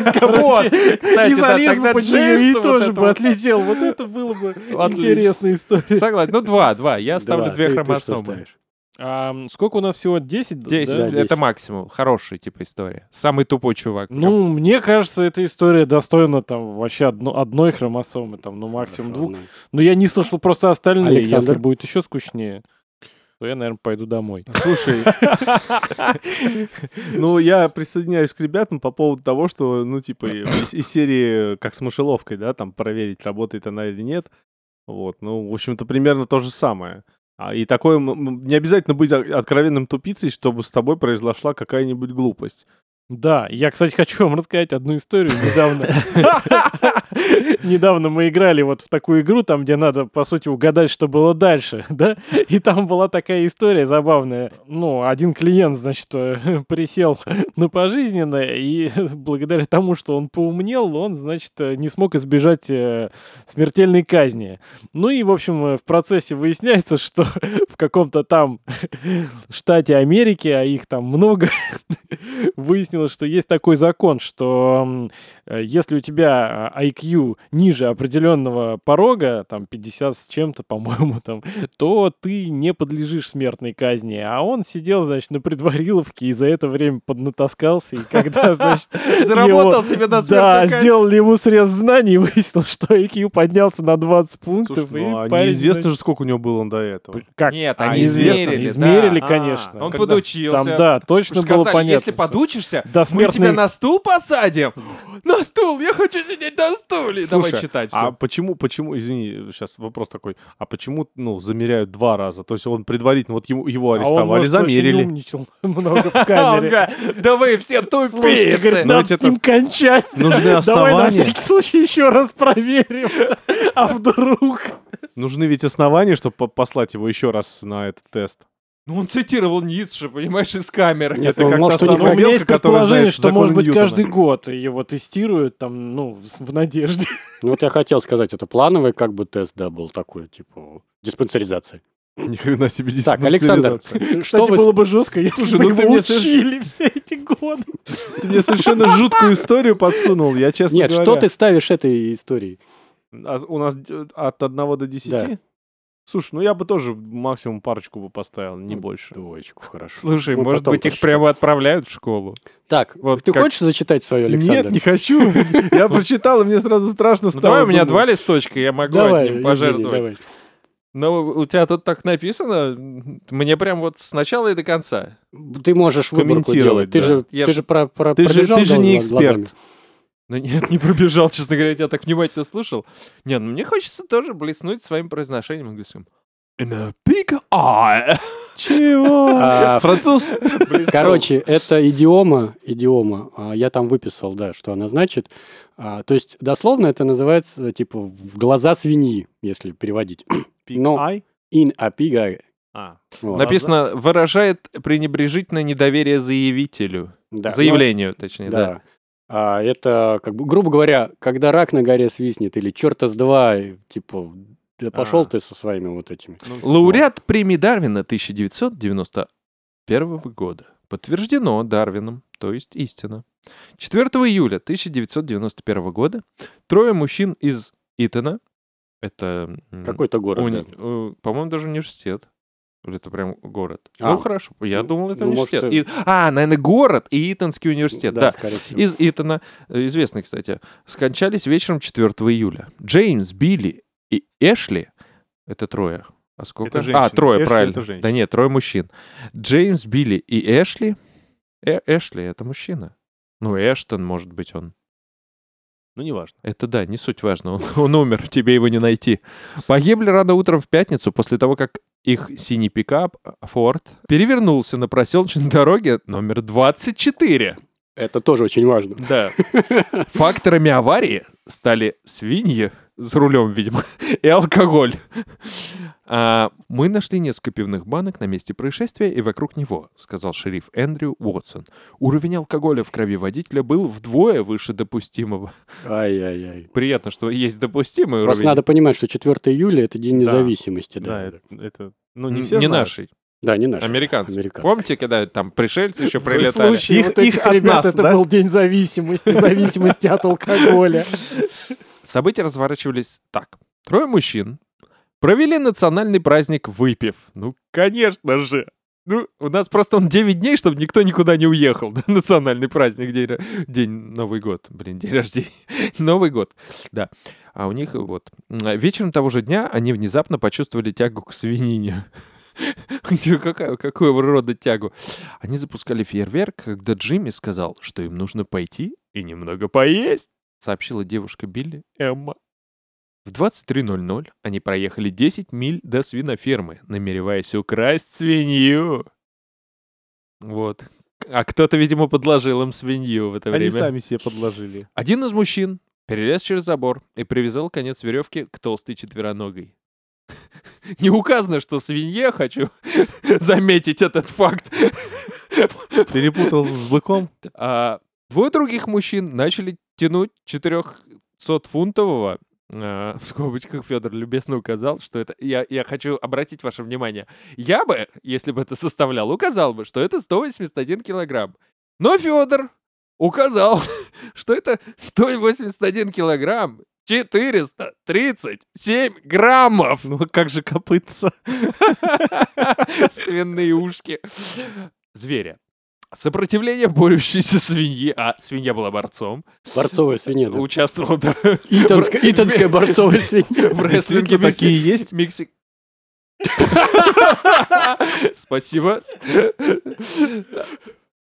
Вот,
короче.
кстати,
и
да,
залез
тогда
бы под нее, и
Джеймсу вот
тоже
это
бы
вот.
отлетел. Вот это было бы
Отлично.
интересная история.
Согласен, ну, два, два, я ставлю
Два,
две
ты- ты что
хромосомы.
ставишь?
сколько у нас всего? 10?
Десять,
Да,
это
десять.
максимум, хорошая, типа, история. Самый тупой чувак. прям.
Ну, мне кажется, эта история достойна там вообще одно- одной хромосомы, там, ну, максимум двух.
Хорошо,
Но я не слышал просто остальные,
Александр?
если будет еще скучнее. то я, наверное, пойду домой.
Слушай, ну я присоединяюсь к ребятам по поводу того, что, ну, типа, из, из серии как с мышеловкой, да, там проверить, работает она или нет. Вот, ну, в общем-то, примерно то же самое. А, и такое, м- м, не обязательно быть о- откровенным тупицей, чтобы с тобой произошла какая-нибудь глупость.
Да, я, кстати, хочу вам рассказать одну историю недавно. Недавно мы играли вот в такую игру, там, где надо, по сути, угадать, что было дальше, да? И там была такая история забавная. Ну, один клиент, значит, э, присел на пожизненное, и благодаря тому, что он поумнел, он, значит, э, не смог избежать э, смертельной казни. Ну и, в общем, э, в процессе выясняется, что в каком-то там штате Америки, а их там много, выяснилось, что есть такой закон, что м, э, если у тебя э, IQ ниже определенного порога, там 50 с чем-то, по-моему, там, то ты не подлежишь смертной казни. А он сидел, значит, на предвариловке и за это время поднатаскался, и когда, значит,
Заработал
его-
себе на
да,
смертную казнь.
сделали ему срез знаний и выяснил, что IQ поднялся на 20 пунктов.
Слушай, ну, а
и парень,
неизвестно
значит,
же, сколько у него было до этого.
Как?
Нет,
А,
они
известно,
измерили. да.
измерили,
А,
конечно.
Он
Когда-
подучился.
Там, да, точно
Сказали,
было понятно.
если
всё.
подучишься,
До
мы тебя
смертной-
на стул посадим. На стул, я хочу сидеть на стуле. Давай
Слушай,
читать
А
все.
почему, почему, извини, сейчас вопрос такой, а почему, ну, замеряют два раза? То есть он предварительно, вот ему- его
А он,
арестовали,
может, очень
замерили.
умничал много в
Он
камере.
говорит, да вы все
Слушайте, говорит,
тупицы.
ну,
надо
ведь
с ним кончать.
Нужны
Давай на
основания,
всякий случай еще раз проверим. А вдруг?
нужны ведь основания, чтобы послать его еще раз на этот тест.
Ну, он цитировал Ницше, понимаешь, из камеры.
Нет,
Это
ну,
как
может,
та
у них
самая
У меня есть
мелка, которая
предположение,
знает
что,
законы
может быть,
Ньютона.
каждый год его тестируют там, ну, с- в надежде.
Ну вот я хотел сказать, это плановый как бы тест, да, был такой, типа, диспансеризация.
Ни хрена себе
Так, Александр, что
диспансеризация.
Кстати,
вы...
было бы жестко, если
Слушай,
бы
ну ты
его
мне соверш-
учили все эти годы.
Ты мне совершенно жуткую историю подсунул, я честно
Нет,
говоря.
что ты ставишь этой истории?
А у нас д- от 1 до 10?
Да.
Слушай, ну я бы тоже максимум парочку бы поставил, не
Ну,
больше.
Двоечку, хорошо.
Слушай,
Мы
может
Ну, потом
быть, их
посчитаем.
прямо отправляют в школу.
Так,
Вот
ты
как-
хочешь зачитать свою, Александр?
Нет, не хочу. Я прочитал, и мне сразу страшно
Ну,
стало.
давай у меня два
думаю,
листочка, я могу
Давай,
одним
Евгений,
пожертвовать.
давай.
Но у тебя тут так написано, мне прям вот с начала и до конца.
Ты можешь выборку делать.
Комментировать,
Ты
да.
же,
Я
ты
ж-
же про, про-
Ты же,
пробежал
ты же не
глаз- глазами.
эксперт.
Ну нет, не пробежал, честно говоря, я тебя так внимательно слушал. Не, ну мне хочется тоже блеснуть своим произношением английским. In a big eye.
Чего?
А,
Француз?
Блеснул.
Короче, это идиома, идиома. а, Я там выписал, да, что она значит. А, То есть дословно это называется э, типа в глаза свиньи, если переводить. Но
Ай?
in a pig eye.
А.
Вот,
Написано, выражает пренебрежительное недоверие заявителю.
да, но-
Заявлению, точнее, да.
Да. А, это как бы, грубо говоря, когда рак на горе свистнет или черта с два, и, типа,
А.
да пошел
Ага.
ты со своими вот этими.
Ну,
ну,
Лауреат премии Дарвина 1991 года. Подтверждено Дарвином, то есть истина. 4 июля 1991 года трое мужчин из Итана, это... м,
Какой-то город.
уни-
да.
э, По-моему, даже университет. Или это прям город?
А.
Ну, хорошо. Я
Ну,
думал, это
ну, может,
университет.
э,
И- А, наверное, город и Итанский университет, да.
скорее всего.
Из Итана, э, известный, кстати, скончались вечером 4 июля. Джеймс, Билли и Эшли, это трое. А сколько?
Это женщины.
А, трое,
Эшли
правильно.
это женщина.
да нет, трое мужчин. Джеймс, Билли и Эшли. Э, Эшли — это мужчина. Ну, Эштон, может быть, он.
Ну, неважно.
Это да, не суть важно. Он, он умер, тебе его не найти. Погибли рано утром в пятницу после того, как их синий пикап э, Форд перевернулся на проселочной дороге номер 24.
Это тоже очень важно.
Да. Факторами аварии стали свиньи с рулем, видимо, и алкоголь. А, мы нашли несколько пивных банок на месте происшествия и вокруг него, сказал шериф Эндрю Уотсон. Уровень алкоголя в крови водителя был вдвое выше допустимого.
Ай-яй-яй.
Приятно, что есть допустимый
Просто
уровень.
надо понимать, что 4 июля это День
Да.
независимости.
Да,
Да,
это- это... Ну,
Н-
не все
не
знают.
нашей,
да не наш.
американцев.
Американцев.
Помните, когда там пришельцы еще
В
прилетали?
случае
Их-
вот
их
этих
от
ребят
нас,
это
да?
был день зависимости, зависимости от алкоголя.
События разворачивались так. Трое мужчин провели национальный праздник выпив. Ну, конечно же. Ну, у нас просто он 9 дней, чтобы никто никуда не уехал. да, Национальный праздник, день, ра- день Новый год. Блин, день рождения. Новый год, да. А у них вот. м, Вечером того же дня они внезапно почувствовали тягу к свинине. У тебя какая, какую рода тягу? Они запускали фейерверк, когда Джимми сказал, что им нужно пойти и немного поесть, сообщила девушка Билли Эмма. В 23.00 они проехали 10 миль до свинофермы, намереваясь украсть свинью. Вот. А кто-то, видимо, подложил им свинью в это
Они
время.
сами себе подложили.
Один из мужчин перелез через забор и привязал конец веревки к толстой четвероногой. Не указано, что свинье, хочу заметить этот факт.
Перепутал с быком.
А двое других мужчин начали тянуть 400-фунтового, а, в скобочках Федор любезно указал, что это... Я, я хочу обратить ваше внимание. Я бы, если бы это составлял, указал бы, что это 181 килограмм. Но Федор указал, что это 181 килограмм 437 граммов.
Ну а как же копытца?
Свиные ушки. Зверя. Сопротивление борющейся свиньи, а свинья была борцом,
Борцовая свинья. да.
участвовала да,
Итанская,
Бр-
итанская борцовая свинья.
в рестлинге
Действительно
Мекси-
такие есть?
Мексик. Спасибо.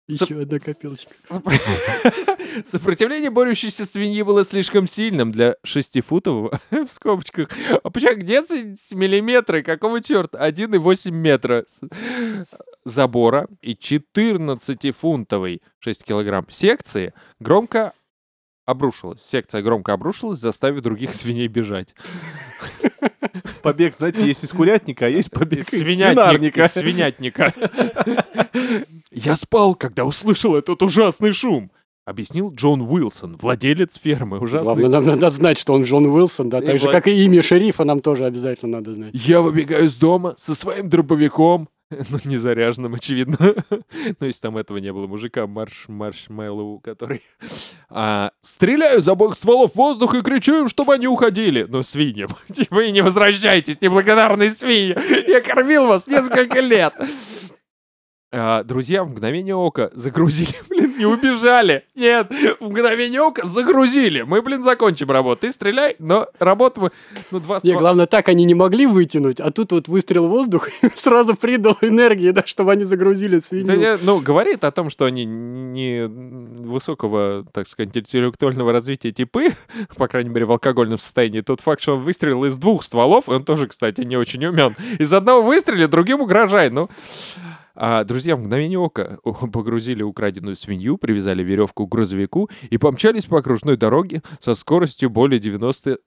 Еще одна копилочка.
Сопр- Сопротивление борющейся свиньи было слишком сильным для шестифутового, в скобочках. А почему где с- с миллиметры? Какого черта? 1,8 метра с- забора и 14-фунтовой 6 килограмм секции громко обрушилась. Секция громко обрушилась, заставив других свиней бежать.
Побег, знаете, есть из курятника, а есть побег
Из
из
свинятник-
свинарника.
из свинятника. Я спал, когда услышал этот ужасный шум. Объяснил Джон Уилсон, владелец фермы. Ужасный
Главное, нам надо знать, что он Джон Уилсон, да,
И
так же,
вот-
как и имя шерифа нам тоже обязательно надо знать.
Я выбегаю из дома со своим дробовиком. Ну, не заряженным, очевидно. Ну, если там этого не было мужика, марш, маршмеллоу, который... А, стреляю за бок стволов в воздух и кричу им, чтобы они уходили. Ну, свиньям. Типа, вы не возвращайтесь, неблагодарные свиньи. Я кормил вас несколько лет. А, друзья в мгновение ока загрузили. Блин, не убежали. Нет, в мгновение ока загрузили. Мы, блин, закончим работу. Ты стреляй, но работу мы... Ну, два
Не,
ствола...
главное, так они не могли вытянуть, а тут вот выстрел в воздух сразу придал энергии, да, чтобы они загрузили
Да
свинью.
не, ну, говорит о том, что они не высокого, так сказать, интеллектуального развития типы, по крайней мере, в алкогольном состоянии. Тот факт, что он выстрелил из двух стволов, и он тоже, кстати, не очень умен. Из одного выстрела другим угрожай. Ну, А, друзья в мгновение ока о, погрузили украденную свинью, привязали веревку к грузовику и помчались по окружной дороге со скоростью более 90...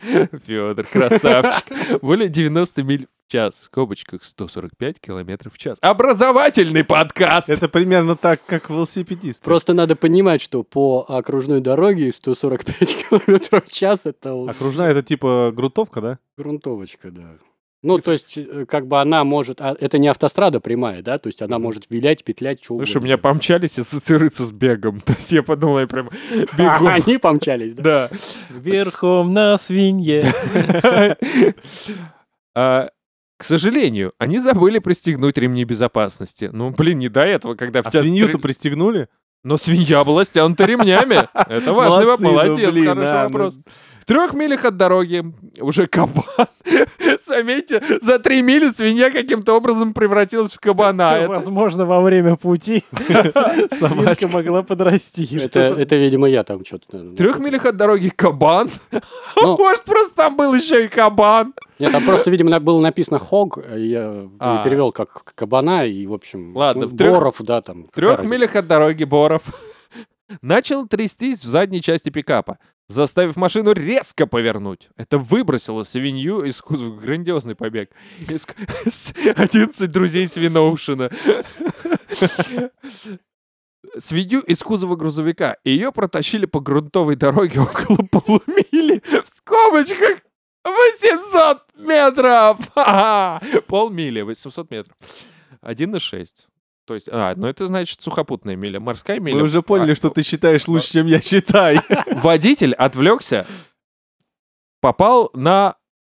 Федор, красавчик. Более 90 миль в час, в скобочках 145 километров в час. Образовательный подкаст!
Это примерно так, как велосипедист.
Просто надо понимать, что по окружной дороге 145 километров в час это
А
вот
Окружная это типа грунтовка, да?
грунтовочка, да. Ну, то есть, э, как бы она может... а, это не автострада прямая, да? То есть, она может вилять, петлять, что
Слушай, у
угодно.
меня помчались ассоциируется с бегом. То есть я подумал, я прям бегу.
А Они помчались, да?
Да.
Верхом на свинье.
А, К сожалению, они забыли пристегнуть ремни безопасности. Ну, блин, не до этого, когда в
А
тебя
свинью-то
стрель-
пристегнули?
Но свинья была стянута ремнями. Это важный вопрос.
Молодцы, ну,
Молодец,
блин,
хороший
а, ну.
вопрос. В трех милях от дороги уже кабан. Заметьте, за три мили свинья каким-то образом превратилась в кабана. А Это-
Возможно, во время пути собака могла подрасти.
Это,
Что-то-
это, видимо, я там что-то...
В трех милях от дороги кабан. А
Ну.
Может, просто там был еще и кабан.
Нет, там просто, видимо, на- было написано хог, и я
А.
перевел как кабана, и, в общем,
Ладно,
ну,
в трёх-
Боров, да, там.
В
какая
трех
разница.
милях от дороги Боров начал трястись в задней части пикапа, заставив машину резко повернуть. Это выбросило свинью из кузова. Грандиозный побег. Из ку- с 11 друзей свиноушина. Свинью из кузова грузовика. И ее протащили по грунтовой дороге около полумили в скобочках 800 метров! Ха-ха! Полмили, 800 метров. 1 на 6. То есть, а, ну это значит сухопутная миля. Морская миля.
Вы уже поняли,
А,
что ты считаешь лучше, чем я считаю.
Водитель отвлекся, попал на...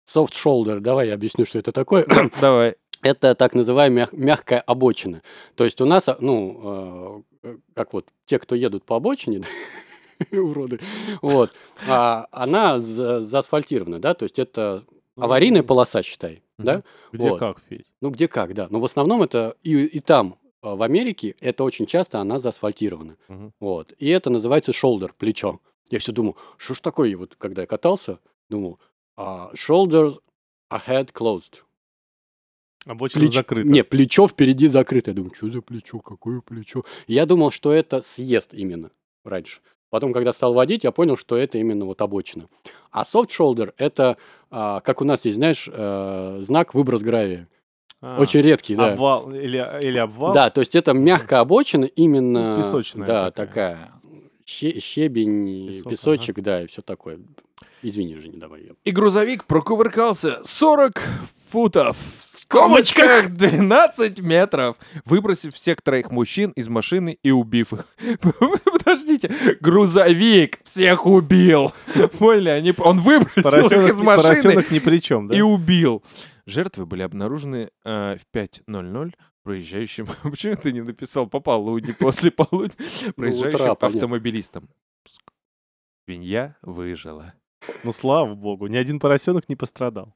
Soft shoulder, давай я объясню, что это такое.
Давай.
это так называемая мяг- мягкая обочина. То есть у нас, а, ну, э, как вот те, кто едут по обочине, уроды, вот, а, она за- заасфальтирована, да, то есть это Аварийная полоса, считай, да?
Где
вот.
как, Федь?
Ну, где как, да. Но в основном это и, и там, а, в Америке, это очень часто она заасфальтирована.
Мгм.
Вот. И это называется shoulder, плечо. Я все думал, что ж такое, вот когда я катался, думал, а, shoulder ahead closed.
Обочина
Плеч-
закрыта.
Не, плечо впереди закрыто. Я думаю, что за плечо, какое плечо? Я думал, что это съезд именно раньше. Потом, когда стал водить, я понял, что это именно вот обочина. А soft shoulder это, а, как у нас есть, знаешь, э, знак выброс гравия.
А,
Очень редкий, да.
Обвал или, или обвал.
Да, то есть это мягкая обочина, именно...
Ну, песочная
Да,
такая.
такая. ще- щебень,
Песок,
песочек, да, и все такое. Извини, Женя, давай. я-
И грузовик прокувыркался 40 футов в скобочках 12 метров, выбросив всех троих мужчин из машины и убив их. Подождите, грузовик всех убил. Поняли, они, он выбросил их
Поросенок,
из машины
поросенок ни при чем, да?
и убил. Жертвы были обнаружены э, в 5.00 проезжающим... Почему ты не написал по полудни, после полудня? Проезжающим
утра, понятно.
автомобилистам. Свинья выжила.
Ну, слава богу, ни один поросенок не пострадал.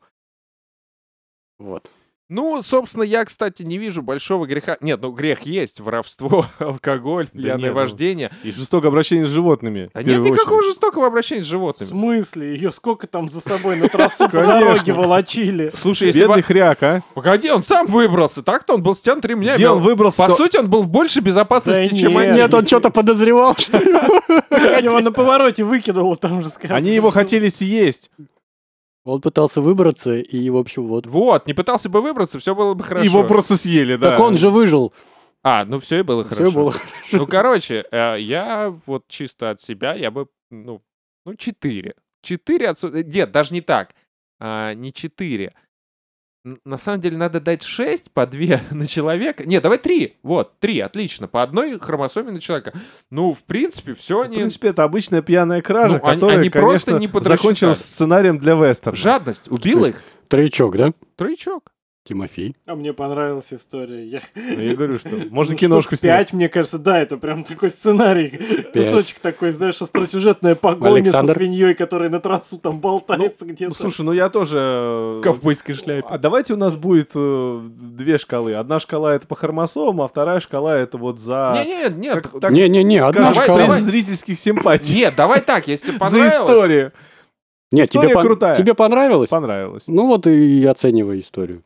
Вот.
Ну, собственно, я, кстати, не вижу большого греха. Нет, ну грех есть. Воровство, алкоголь,
Да
пьяное
нет, ну,
вождение.
И жестокое обращение с животными.
Да
в
нет
первую
никакого
очередь.
жестокого обращения с
В
животными.
смысле? Ее сколько там за собой на трассу по
Конечно.
дороге волочили?
Слушай, если
Бедный
бы...
хряк, а?
Погоди, он сам выбрался. Так-то он был стянут ремнями.
Где он
Он-
выбрал
По
сто-
сути, он был в большей безопасности,
Да
чем
нет.
они.
Нет, он что-то подозревал, что ли?
Его на повороте выкинуло там же, сказано.
Они его хотели съесть.
Он пытался выбраться, и, в общем, вот.
Вот, не пытался бы выбраться, все было бы хорошо.
Его просто съели, да.
Так он же выжил.
А, ну все и было
Все
хорошо.
было.
Ну, короче, э, я вот чисто от себя, я бы, ну, ну, 4. 4 отсюда. э, Нет, даже не так. А, не 4. На самом деле надо дать 6 по 2 на человека. Не, давай 3. Вот, 3, отлично. По одной хромосоме на человека. Ну, в принципе, все
В
они...
принципе, это обычная пьяная кража,
Ну, они-
которая,
они просто
конечно,
не подрасчитали.
закончилась сценарием для вестерна.
Жадность убила их.
Тройчок, да?
Тройчок.
Тимофей.
А мне понравилась история. Я...
Ну, я говорю, что можно
Ну,
киношку
штук
снять.
пять, мне кажется, да, это прям такой сценарий. Кусочек такой, знаешь, остросюжетная погоня
Александр?
со свиньей, которая на трассу там болтается
Ну,
где-то.
слушай, ну я тоже... э,
Ковбойской шляпе.
А давайте у нас будет э, две шкалы. Одна шкала это по хромосомам, а вторая шкала это вот за...
Не, не, А, нет.
Как- так,
Не-не-не, одна
скажем,
давай,
шкала.
приз зрительских симпатий.
Нет, давай так, если тебе
За
понравилось.
историю.
Нет, тебе
история
пон-
крутая.
тебе понравилось?
Понравилось.
Ну вот и оценивай историю.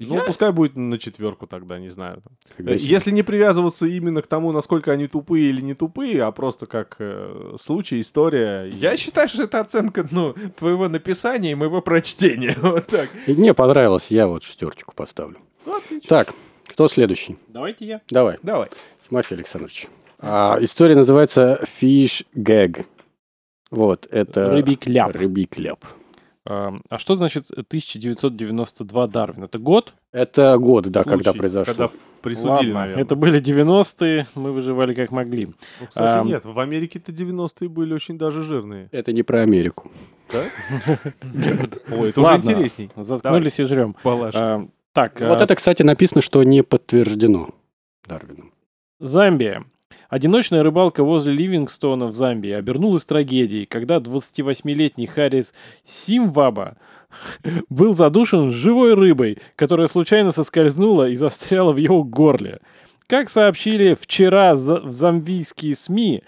Ну, пускай будет на четверку тогда, не знаю.
Как
Э,
говорится.
Если не привязываться именно к тому, насколько они тупые или не тупые, а просто как э, случай, история. и-
Я считаю, что это оценка, ну, твоего написания и моего прочтения. Вот так.
И Мне понравилось, я вот шестерочку поставлю.
Ну,
Так, кто следующий?
Давайте я.
Давай,
Давай.
Тимофей Александрович. А, история называется Fish Gag. Вот, это...
Рыбий кляп.
Рыбий кляп.
А а что значит 1992 Дарвин? Это год?
Это год, да, когда
случай,
произошло.
Когда присудили,
Ладно,
наверное.
Это были 90-е, мы выживали как могли.
Ну, кстати,
Ам.
нет, в Америке-то 90-е были очень даже жирные.
Это не про Америку.
Ой, это
Ладно.
уже интересней.
Заткнулись и жрем.
Палаш.
А, Так,
Вот
а,
это, кстати, написано, что не подтверждено Дарвином.
Замбия. Одиночная рыбалка возле Ливингстона в Замбии обернулась трагедией, когда 28-летний Харрис Симваба был задушен живой рыбой, которая случайно соскользнула и застряла в его горле. Как сообщили вчера за- в замбийские СМИ,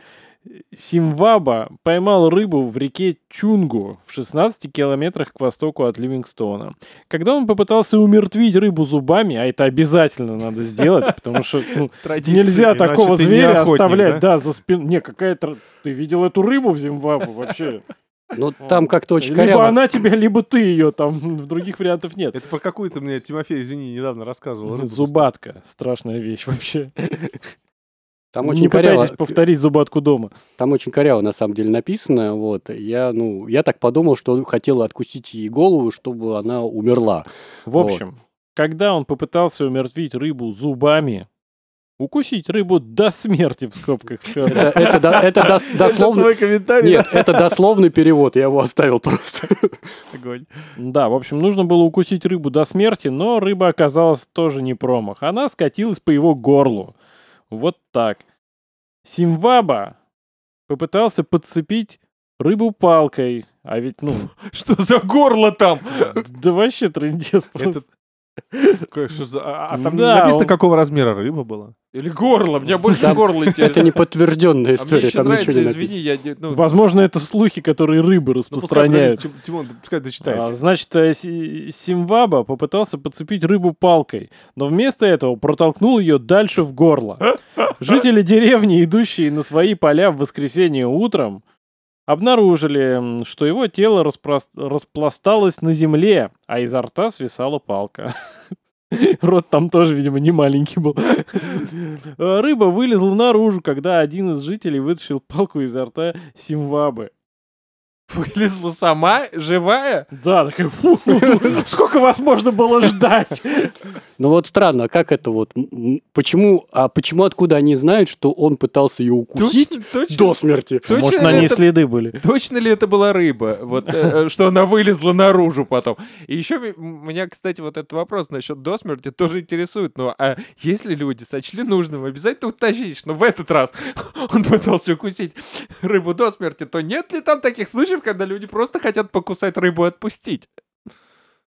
Симваба поймал рыбу в реке Чунгу в 16 километрах к востоку от Ливингстона. Когда он попытался умертвить рыбу зубами, а это обязательно надо сделать, потому что ну, Нельзя
иначе
такого
ты не
зверя
охотник,
оставлять, да, за спиной. Не, какая тр- Ты видел эту рыбу в Зимбабве вообще?
Ну, там как-то очень
Либо
коряво.
она тебя, либо ты ее, там в других вариантов нет.
Это про какую-то мне Тимофей, извини, недавно рассказывал. рыбу
Зубатка. Страшная вещь вообще.
Там очень
Не
коряво.
пытайтесь повторить зубатку дома.
Там очень коряво, на самом деле, написано. Вот. Я, ну, я так подумал, что он хотел откусить ей голову, чтобы она умерла.
В
Вот.
общем, когда он попытался умертвить рыбу зубами, укусить рыбу до смерти в скобках. всё
Это, это до- это дос- дословно...
твой комментарий.
Нет, это дословный перевод, я его оставил просто.
Огонь.
Да, в общем, нужно было укусить рыбу до смерти, но рыба оказалась тоже не промах. Она скатилась по его горлу. Вот так. Симваба попытался подцепить рыбу палкой, А ведь, ну,
Что за горло там?
да вообще трындец
ну,
просто.
Какое- что за- А а там не
Да,
написано,
он-
какого размера рыба была? Ну,
Или горло? Меня больше
Там-
горло
Это
интересно.
не подтвержденная
А мне
история,
еще
там ничего
нравится,
не
извини,
написано.
я не... ну,
Возможно, это слухи, которые рыбы
Ну, пускай, подожди,
распространяют.
Тим- Тимон, пускай дочитает.
А, Значит, э, Си- Симваба попытался подцепить рыбу палкой, но вместо этого протолкнул ее дальше в горло. Жители деревни, идущие на свои поля в воскресенье утром, обнаружили, м, что его тело распрос- распласталось на земле, а изо рта свисала палка. Рот там тоже, видимо, не маленький был. Э, Рыба вылезла наружу, когда один из жителей вытащил палку изо рта Симвабы.
Вылезла сама, живая?
Да, такая, фу, ну, ну, сколько вас можно было ждать?
Ну вот странно, а как это вот? м, м, Почему, а почему откуда они знают, что он пытался ее укусить
Точно, точно.
до смерти?
Точно
Может,
ли
на ней
это-
следы были.
Точно ли это была рыба? Вот, э, э, что она вылезла наружу потом. И еще м- меня, кстати, вот этот вопрос насчет до смерти тоже интересует. Ну, а если люди сочли нужным, обязательно уточнить, что в этот раз он пытался укусить рыбу до смерти, то нет ли там таких случаев, когда люди просто хотят покусать рыбу и отпустить?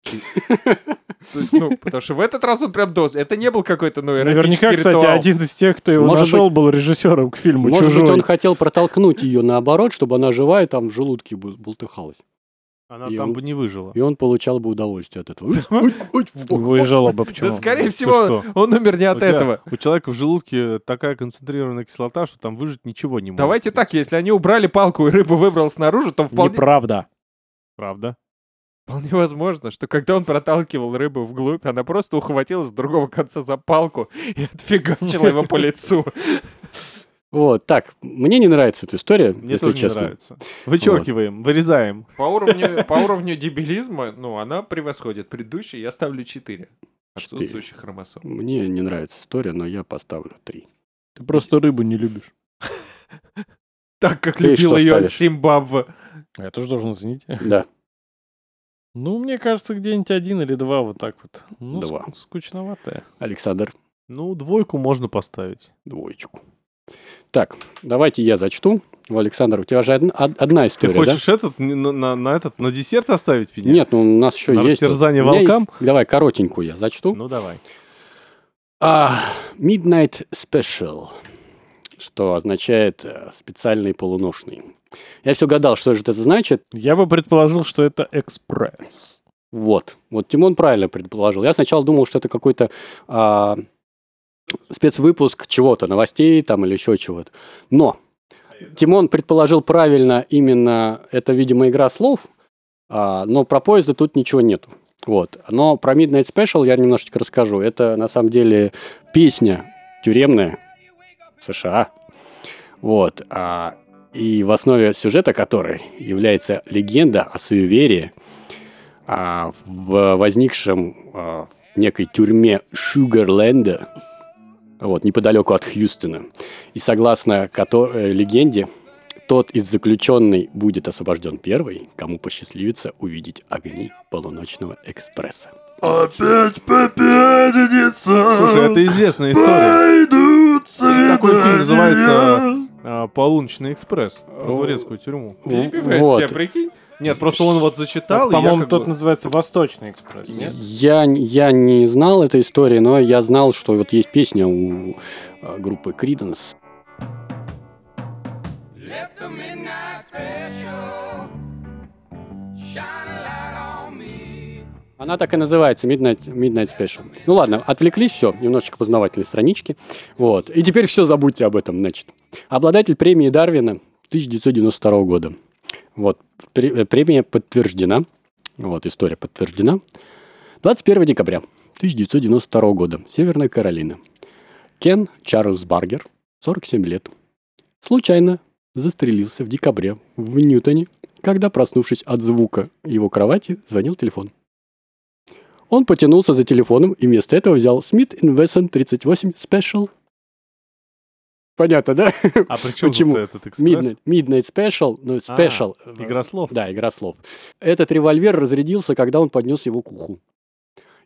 То есть, ну, потому что в этот раз он прям до... Это не был какой-то, ну, эротический
Наверняка, кстати,
ритуал.
один из тех, кто его
Может
нашел, был режиссером к фильму
Может
«Чужой».
быть, он хотел протолкнуть ее наоборот, чтобы она живая там в желудке бу- бултыхалась.
Она
и
там
он-
бы не выжила.
И он получал бы удовольствие от этого.
Выезжал бы почему.
Да, скорее
Ты
всего,
что?
он умер не от
У тебя-
этого.
У человека в желудке такая концентрированная кислота, что там выжить ничего не может.
Давайте так, если они убрали палку и рыба выбралась наружу, то вполне,
Неправда.
Правда?
вполне возможно, что когда он проталкивал рыбу вглубь, она просто ухватилась с другого конца за палку и отфигачила его по лицу.
Вот, так, мне не нравится эта история,
Мне
если
тоже не
честно.
нравится. Вычеркиваем, вырезаем.
По уровню, по уровню дебилизма, ну, она превосходит предыдущий, я ставлю 4
Четыре.
отсутствующих хромосом.
Мне не нравится история, но я поставлю три.
Ты просто рыбу не любишь.
Так как
Ты
любил
что
ее
ставишь?
Симбабве.
Я тоже должен оценить.
Да.
Ну, мне кажется, где-нибудь один или два вот так вот. Ну,
Два.
ск- скучноватое.
Александр,
Ну, двойку можно поставить.
двоечку. Так, давайте я зачту. У Александра, у тебя же одна, од- одна
Ты
история, да?
хочешь этот не- на, на- на этот на десерт оставить меня?
Нет, ну у нас еще
На
есть.
растерзание
У меня есть-
волкам?
Давай, коротенькую я зачту.
Ну давай.
А, Midnight Special, что означает э, специальный полуношный. Я все гадал, что же это значит.
Я бы предположил, что это экспресс.
Вот. Вот Тимон правильно предположил. Я сначала думал, что это какой-то а, спецвыпуск чего-то, новостей там или еще чего-то. Но Тимон предположил правильно именно, это, видимо, игра слов, а, но про поезда тут ничего нету. Вот. Но про Midnight Special я немножечко расскажу. Это, на самом деле, песня тюремная в США. Вот. а, и в основе сюжета которой является легенда о суеверии, а, в возникшем а, в некой тюрьме Шугарленда, вот, неподалеку от Хьюстона. И согласно кото- э, легенде, тот из заключенный будет освобожден первый, кому посчастливится увидеть огни полуночного экспресса.
Слушай, это известная история. Есть Такой фильм называется а, «Полуночный экспресс» про
О.
турецкую тюрьму.
Вот.
Перебивает тебя, прикинь?
Нет, просто он вот зачитал, и я
По-моему,
как
тот
бы-
называется Восточный экспресс, нет?
Я, я не знал этой истории, но я знал, что вот есть песня у а, группы Creedence.
Let the midnight special shine a light on me.
Она так и называется, Midnight, Midnight Special. Ну ладно, отвлеклись, все, немножечко познавательной странички. Вот. И теперь все забудьте об этом, значит. Обладатель премии Дарвина 1992 года. Вот, пре- э, премия подтверждена. Вот, история подтверждена. 21 декабря 1992 года. Северная Каролина. Кен Чарльз Баргер, 47 лет, случайно застрелился в декабре в Ньютоне, когда, проснувшись от звука его кровати, звонил телефон. Он потянулся за телефоном и вместо этого взял Смит Investment 38 Special. Понятно, да?
А при чем
Почему?
тут этот экспресс?
Midnight, Midnight Special,
А,
ну, Special. э,
Игра слов.
Да, игра слов. Этот револьвер разрядился, когда он поднес его к уху.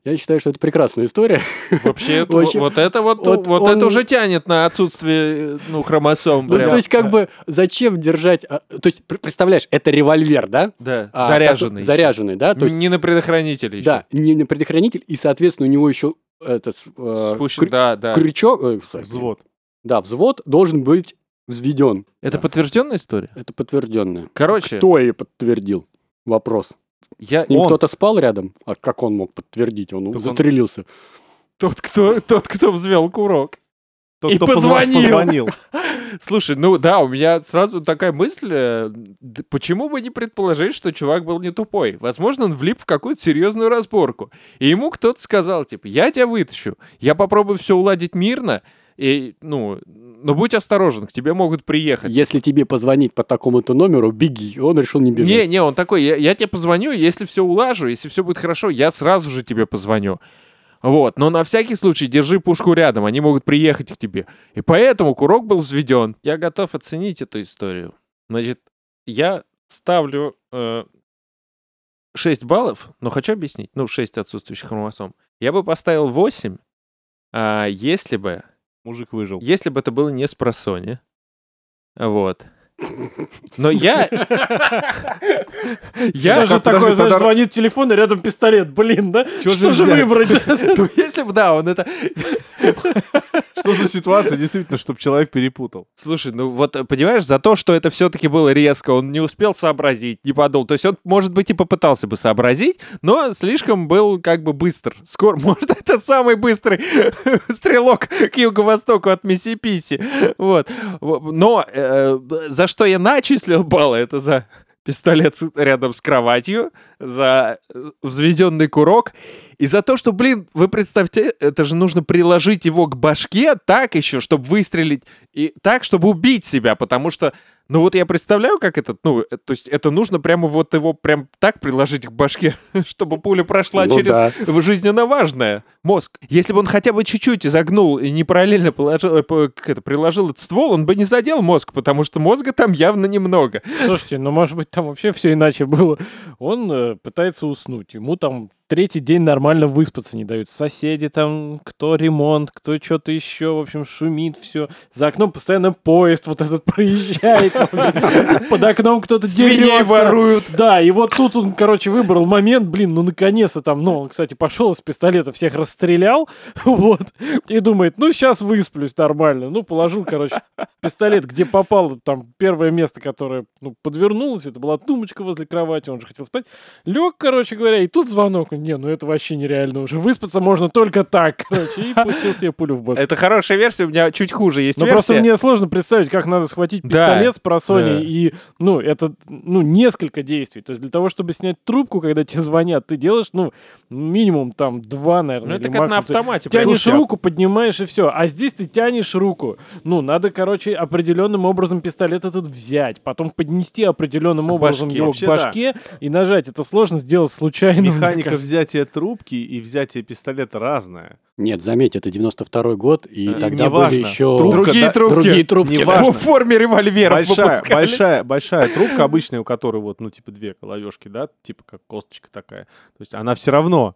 Я считаю, что это прекрасная история.
Вообще,
В общем,
вот это вот,
он-
вот это
он-
уже тянет на отсутствие, э, ну, хромосом.
Ну,
прям.
то есть, как бы, зачем держать... а, То есть, пр- представляешь, это револьвер, да?
да,
А,
заряженный.
кото-
ещё.
Заряженный, да? То есть,
не на предохранителе еще.
да, не на предохранитель, и, соответственно, у него еще этот э,
Спущен,
крю-
да, да.
крючок... э, кстати,
Взвод.
Да, взвод должен быть взведен.
Это
Да.
подтвержденная история?
Это подтвержденное.
Короче,
Кто ее подтвердил? Вопрос.
я...
С ним
он-
кто-то спал рядом? А как он мог подтвердить? Он
он-
застрелился.
тот, кто, тот, кто взвел курок.
Тот,
И
кто позва-
позвонил.
позвонил.
Слушай, ну да, у меня сразу такая мысль, э, д- почему бы не предположить, что чувак был не тупой? Возможно, он влип в какую-то серьезную разборку. И ему кто-то сказал, типа, я тебя вытащу, я попробую все уладить мирно, и, ну, но будь осторожен, к тебе могут приехать.
Если тебе позвонить по такому-то номеру, беги. Он решил не бежать.
Не, не, он такой, я, я тебе позвоню, если все улажу, если все будет хорошо, я сразу же тебе позвоню. Вот, но на всякий случай держи пушку рядом, они могут приехать к тебе. И поэтому курок был взведен. Я готов оценить эту историю. Значит, я ставлю э, 6 баллов, но хочу объяснить. Ну, 6 отсутствующих хромосом. Я бы поставил 8, а, если бы
Мужик выжил.
если бы это было не с просони. Вот. Но я... Я...
Даже такое,
подожди,
знаешь,
подор-
звонит телефон, и рядом пистолет. Блин, да? Что же
взять?
выбрать?
Ну, если бы, да, он это...
Что за ситуация, действительно, чтобы человек перепутал?
Слушай, ну вот, э, понимаешь, за то, что это все-таки было резко, он не успел сообразить, не подумал. То есть он, может быть, и попытался бы сообразить, но слишком был как бы быстр. Скоро, может, это самый быстрый стрелок к юго-востоку от Миссиписи. Вот. В- Но э, б- за что я начислил баллы, это за пистолет с- рядом с кроватью, за э, взведенный курок и за то, что, блин, вы представьте, это же нужно приложить его к башке так еще, чтобы выстрелить, и так, чтобы убить себя, потому что, ну вот я представляю, как этот, ну, э, то есть это нужно прямо вот его прям так приложить к башке, чтобы пуля прошла
Ну
через
да.
в- жизненно важное. Мозг. Если бы он хотя бы чуть-чуть изогнул и не параллельно положил, э, по- как это, приложил этот ствол, он бы не задел мозг, потому что мозга там явно немного.
Слушайте, ну, может быть, там вообще все иначе было. Он э, пытается уснуть. Ему там третий день нормально выспаться не дают. Соседи там, кто ремонт, кто что-то еще, в общем, шумит все. За окном постоянно поезд вот этот проезжает. вообще. Под окном кто-то
Свиней
дерется.
воруют.
Да, и вот тут он, короче, выбрал момент, блин, ну наконец-то там, ну, он, кстати, пошел из пистолета, всех расстрелял, вот, и думает, ну, сейчас высплюсь нормально, ну, положил, короче, пистолет, где попал, там, первое место, которое, ну, подвернулось, это была тумочка возле кровати, он же хотел спать, лег, короче говоря, и тут звонок, не, ну, это вообще нереально уже, выспаться можно только так, короче, и пустил себе пулю в бок.
Это хорошая версия, у меня чуть хуже есть
Ну,
версия.
просто мне сложно представить, как надо схватить
Да,
пистолет с
да.
просони и, ну, это, ну, несколько действий. То есть для того, чтобы снять трубку, когда тебе звонят, ты делаешь, ну, минимум там два,
Ну,
наверное,
это как на автомате. прям.
Тянешь
Слушай, а
руку, поднимаешь и все. А здесь ты тянешь руку. Ну, надо, короче, определенным образом пистолет этот взять, потом поднести определенным образом
башке.
его
Вообще
к башке и нажать. Это сложно сделать
Ну,
случайно. мне
Механика
кажется.
взятия трубки и взятия пистолета разная.
Нет, заметь, это 92-й год, и
Да.
тогда
Неважно.
были еще
Трубка,
Другие
да,
трубки.
другие трубки.
неважно.
В форме револьверов
Большая,
выпускались.
большая, большая трубка обычная, у которой вот, ну, типа две головешки, да, типа как косточка такая. То есть она все равно,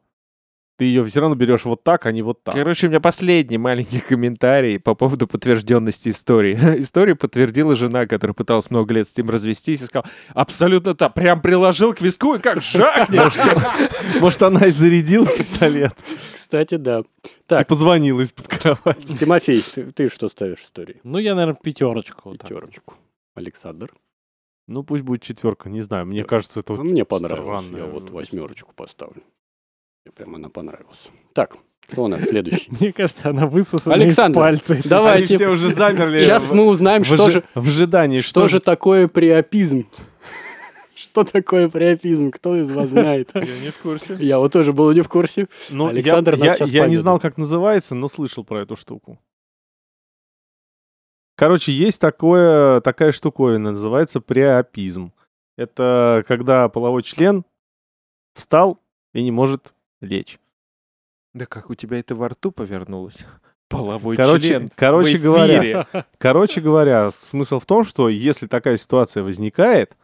ты ее все равно берешь вот так, а не вот так.
Короче, у меня последний маленький комментарий по поводу подтвержденности истории. Историю подтвердила жена, которая пыталась много лет с ним развестись, и сказала, абсолютно так, прям приложил к виску и как жахнешь.
Может, она и зарядила пистолет
Кстати, да.
и
Так,
позвонила из-под кровати.
Тимофей, ты, ты что ставишь истории?
Ну, я, наверное, пятерочку. вот так.
Пятерочку. Александр.
Ну, пусть будет четверка, не знаю, мне кажется, это
А
вот
мне понравилось.
странная
Я вот
история.
восьмерочку поставлю. Мне прям она понравилась. Так, кто у нас следующий?
Мне кажется, она высосана
Александр,
из пальца. эта
Они
Давайте.
все уже замерли.
Сейчас
в-
мы узнаем,
в
что
ожи-
же,
в ожидании,
что же такое приопизм. Что такое приопизм? Кто из вас знает?
Я не в курсе.
Я вот тоже был не в курсе.
Ну, я-
Александр нас
я,
щас
я не
поймет.
знал, как называется, но слышал про эту штуку. Короче, есть такое, такая штуковина, называется приапизм. Это когда половой член встал и не может лечь.
Да как у тебя это во рту повернулось? Половой
Короче-
член
короче
в
говоря,
эфире.
Короче говоря, с- смысл в том, что если такая ситуация возникает,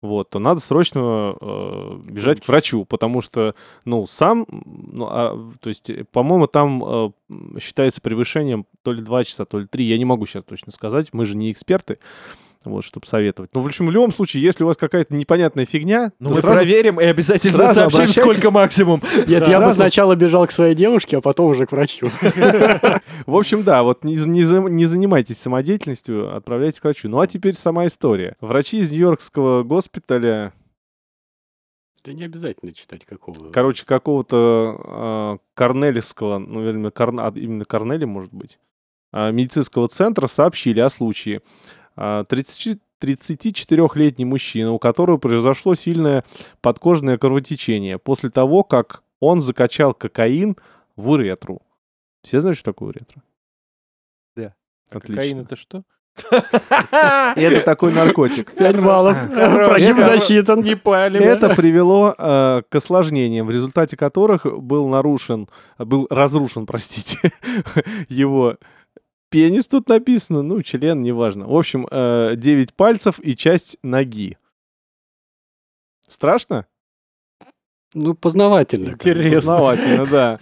вот, то надо срочно э, бежать к врачу, потому что, ну, сам, ну, а, то есть, э, по-моему, там э, м, считается превышением то ли 2 часа, то ли 3, я не могу сейчас точно сказать, мы же не эксперты, вот, чтобы советовать. Ну, в общем, в любом случае, если у вас какая-то непонятная фигня,
Ну,
то
мы
сразу
проверим и обязательно
сразу
сообщим,
обращайтесь.
сколько максимум.
Нет, я бы
Сразу?
сначала бежал к своей девушке, а потом уже к врачу.
В общем, да, вот не, за- не за- не занимайтесь самодеятельностью, отправляйтесь к врачу. Ну а теперь сама история. Врачи из Нью-Йоркского госпиталя,
Да не обязательно читать какого.
короче, какого-то э, Корнелевского, ну, вернее, Корн- а, именно Корнели, может быть, а, медицинского центра сообщили о случае. А, 30 34-летний мужчина, у которого произошло сильное подкожное кровотечение после того, как он закачал кокаин в уретру. Все знают, что такое уретра?
Да.
Отлично.
Кокаин это что?
Это такой наркотик.
5 баллов. Врачу
Хорошо.
засчитан.
Не палим.
Это привело э, к осложнениям, в результате которых был нарушен, был разрушен, простите, его пенис тут написано, ну, член, неважно. В общем, э, 9 пальцев и часть ноги. Страшно?
Ну, познавательно.
Познавательно, да.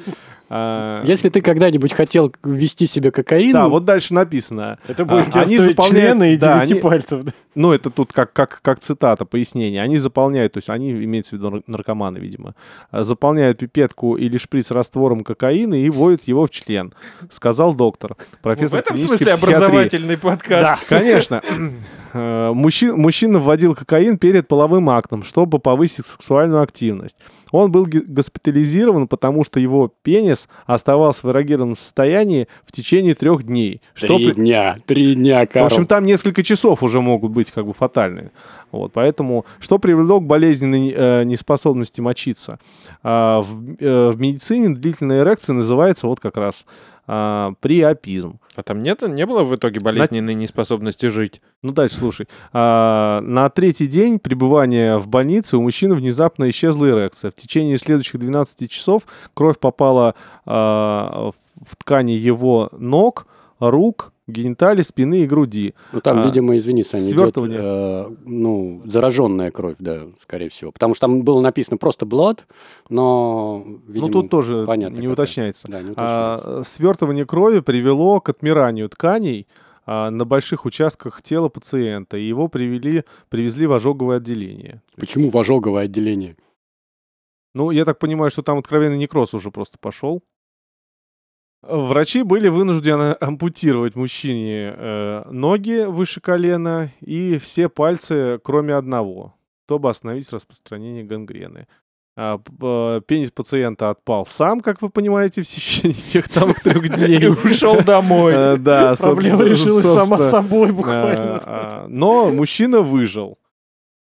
А,
Если ты когда-нибудь хотел ввести себе кокаин,
Да, вот дальше написано.
Это будет
А,
тебе
они
стоить
заполняют-
члена и
да,
девяти
они-
пальцев. да.
Ну, это тут как, как, как цитата, пояснение. Они заполняют, то есть они, имеется в виду нар- наркоманы, видимо, а, заполняют пипетку или шприц с раствором кокаина и вводят его в член, сказал доктор.
В
Профессор
этом
клинической
смысле
психиатрии.
образовательный
Да,
подкаст.
конечно. Э, мужчи- мужчина вводил кокаин перед половым актом, чтобы повысить сексуальную активность. Он был ги- госпитализирован, потому что его пенис оставался в эрогированном состоянии в течение трех дней. Что
три
при-
дня, три дня,
в
Карл.
общем, там несколько часов уже могут быть как бы фатальные. Вот, поэтому, что привело к болезненной э, неспособности мочиться? А, в, э, в медицине длительная эрекция называется вот как раз а, приапизм.
А там нет, не было в итоге болезненной неспособности жить?
Ну, дальше слушай. А, на третий день пребывания в больнице у мужчины внезапно исчезла эрекция. В течение следующих 12 часов кровь попала а, в ткани его ног, рук, гениталий, спины и груди.
Ну, там,
а,
видимо, извини, Саня, идет,
свертывание.
э, ну, зараженная кровь, да, скорее всего. Потому что там было написано просто blood, но, видимо,
ну, тут тоже
понятно
не
какая.
уточняется.
да, не уточняется.
А, свертывание крови привело к отмиранию тканей а, на больших участках тела пациента, и его привели, привезли в ожоговое отделение.
Почему в ожоговое отделение?
Ну, я так понимаю, что там откровенный некроз уже просто пошел. Врачи были вынуждены ампутировать мужчине э, ноги выше колена и все пальцы, кроме одного, чтобы остановить распространение гангрены. А, п- э, пенис пациента отпал сам, как вы понимаете, в течение тех самых трех
И
дней.
ушел домой.
Э, Да,
Проблема
собственно-
решилась сама
собственно,
собой
а,
буквально.
а, Но мужчина выжил.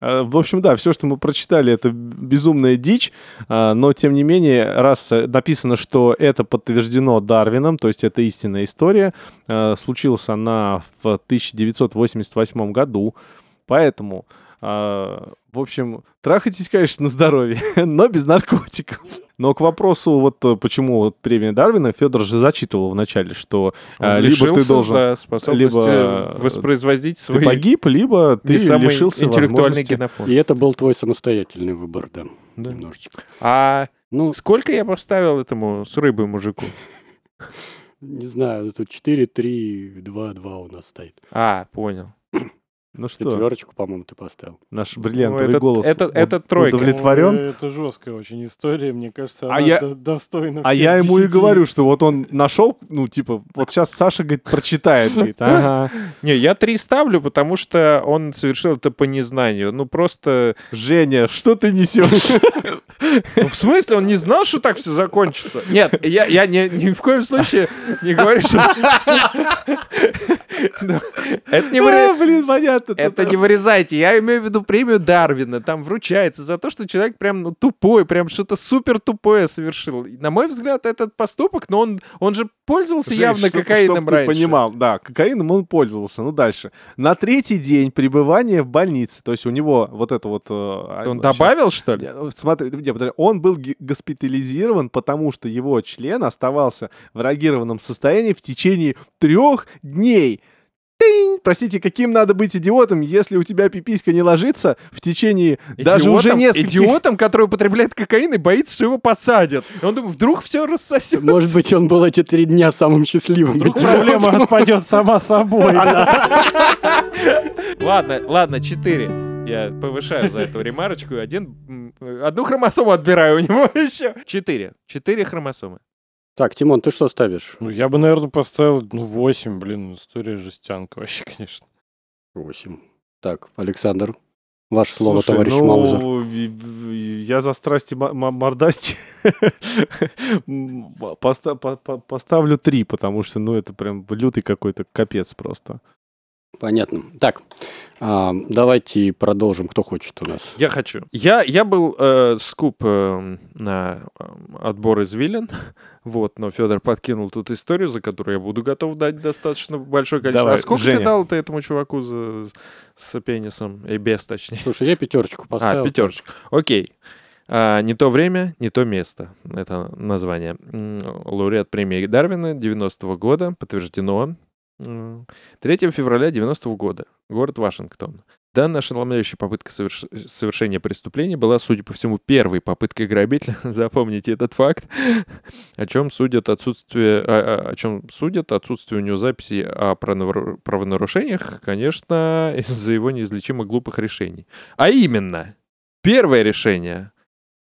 А, В общем, да, все, что мы прочитали, это б- безумная дичь, а, но тем не менее, раз э, написано, что это подтверждено Дарвином, то есть это истинная история, э, случилась она в 1988 году, поэтому, а, в общем, трахайтесь, конечно, на здоровье, но без наркотиков. Но к вопросу, вот э, почему вот премия Дарвина, Федор же зачитывал вначале, что э,
Он
либо ты
лишился,
должен
да, способности
либо, э,
воспроизводить
ты
свои
погиб, либо ты
не самый
лишился
интеллектуальный
возможности.
генофон.
И это был твой самостоятельный выбор, да,
Да.
немножечко.
А
Ну,
сколько я поставил этому с рыбой мужику?
не знаю, тут 4, 3, 2, 2 у нас стоит.
А, понял.
Ну что,
Четверочку, по-моему, ты поставил.
наш
Ну,
бриллиантовый
это-
голос
это-
уд-
это тройка.
удовлетворен?
Ой, Это жесткая очень история, мне кажется,
А
она
я-
до- достойна
А
всех
я ему и
десяти.
говорю, что вот он нашел, ну, типа, вот сейчас Саша, говорит, прочитает, говорит, ага,
Не, я три ставлю, потому что он совершил это по незнанию. Ну просто...
Женя, что ты несешь?
Ну, в смысле, он не знал, что так все закончится? Нет, я, я ни, ни в коем случае не говорю, что... Ну, Это не вариант.
А, Блин, понятно.
Это не вырезайте. Я имею в виду премию Дарвина. Там вручается за то, что человек прям ну, тупой, прям что-то супер тупое совершил. И, на мой взгляд, этот поступок, но он, он же пользовался
Жень,
явно
чтоб-
кокаином
чтоб ты
раньше.
понимал, да, кокаином он пользовался. Ну, дальше. На третий день пребывания в больнице, то есть у него вот это вот... э, а,
Он
Он
добавил, что ли?
Я, э, Смотри, не, подожди, он был ги- госпитализирован, потому что его член оставался в реагированном состоянии в течение трех дней. Тынь! Простите, каким надо быть идиотом, если у тебя пиписька не ложится в течение даже уже
Идиотом-
нескольких...
Идиотом, который употребляет кокаин и боится, что его посадят. И он думает, вдруг все рассосет.
Может быть, он был эти три дня самым счастливым.
Проблема отпадет сама собой.
Ладно, ладно, четыре. Я повышаю за эту ремарочку. и Один, м, э, одну хромосому отбираю у него еще. Четыре. Четыре хромосомы.
Так, Тимон, ты что ставишь?
Ну, я бы, наверное, поставил, ну, 8, блин, история жестянка вообще, конечно.
Восемь. Так, Александр, ваше слово,
Слушай,
товарищ
ну,
Маузер.
в- в- Я за страсти ма- ма- мордасти М, поста- по- по- поставлю три, потому что, ну, это прям лютый какой-то капец просто.
Понятно. Так, а, давайте продолжим, кто хочет у нас.
Я хочу. Я, я был э, скуп э, на э, отбор извилин. Вот, но Федор подкинул тут историю, за которую я буду готов дать достаточно большое количество.
Давай,
а сколько
Женя.
ты дал ты этому чуваку за- с пенисом? И без, точнее.
Слушай, я пятерочку поставил.
А, пятерочка. Окей. А, не то время, не то место. Это название. М, Лауреат премии Дарвина 90-го года. Подтверждено. М, 3 февраля 90-го года. Город Вашингтон. Данная ошеломляющая попытка соверш- совершения преступления была, судя по всему, первой попыткой грабителя. Запомните этот факт. О чем судят отсутствие, а- а- о чем судят отсутствие у него записи о правонару- правонарушениях, конечно, из-за его неизлечимо глупых решений. А именно, первое решение.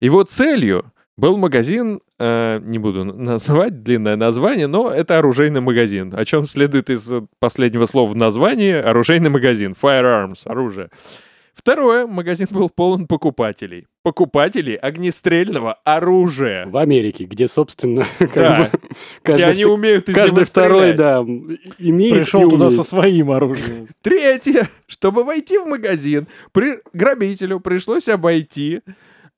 Его целью был магазин, э, не буду н- называть длинное название, но это оружейный магазин. О чем следует из э, последнего слова в названии оружейный магазин, firearms, оружие. Второе, магазин был полон покупателей. Покупателей огнестрельного оружия.
В Америке, где, собственно, как
Да,
бы
где
каждый,
они
вт-
умеют из
каждый
него
второй,
стрелять.
да, м, имеет и
Пришел туда
умеет.
со своим оружием.
Третье, чтобы войти в магазин, при- грабителю пришлось обойти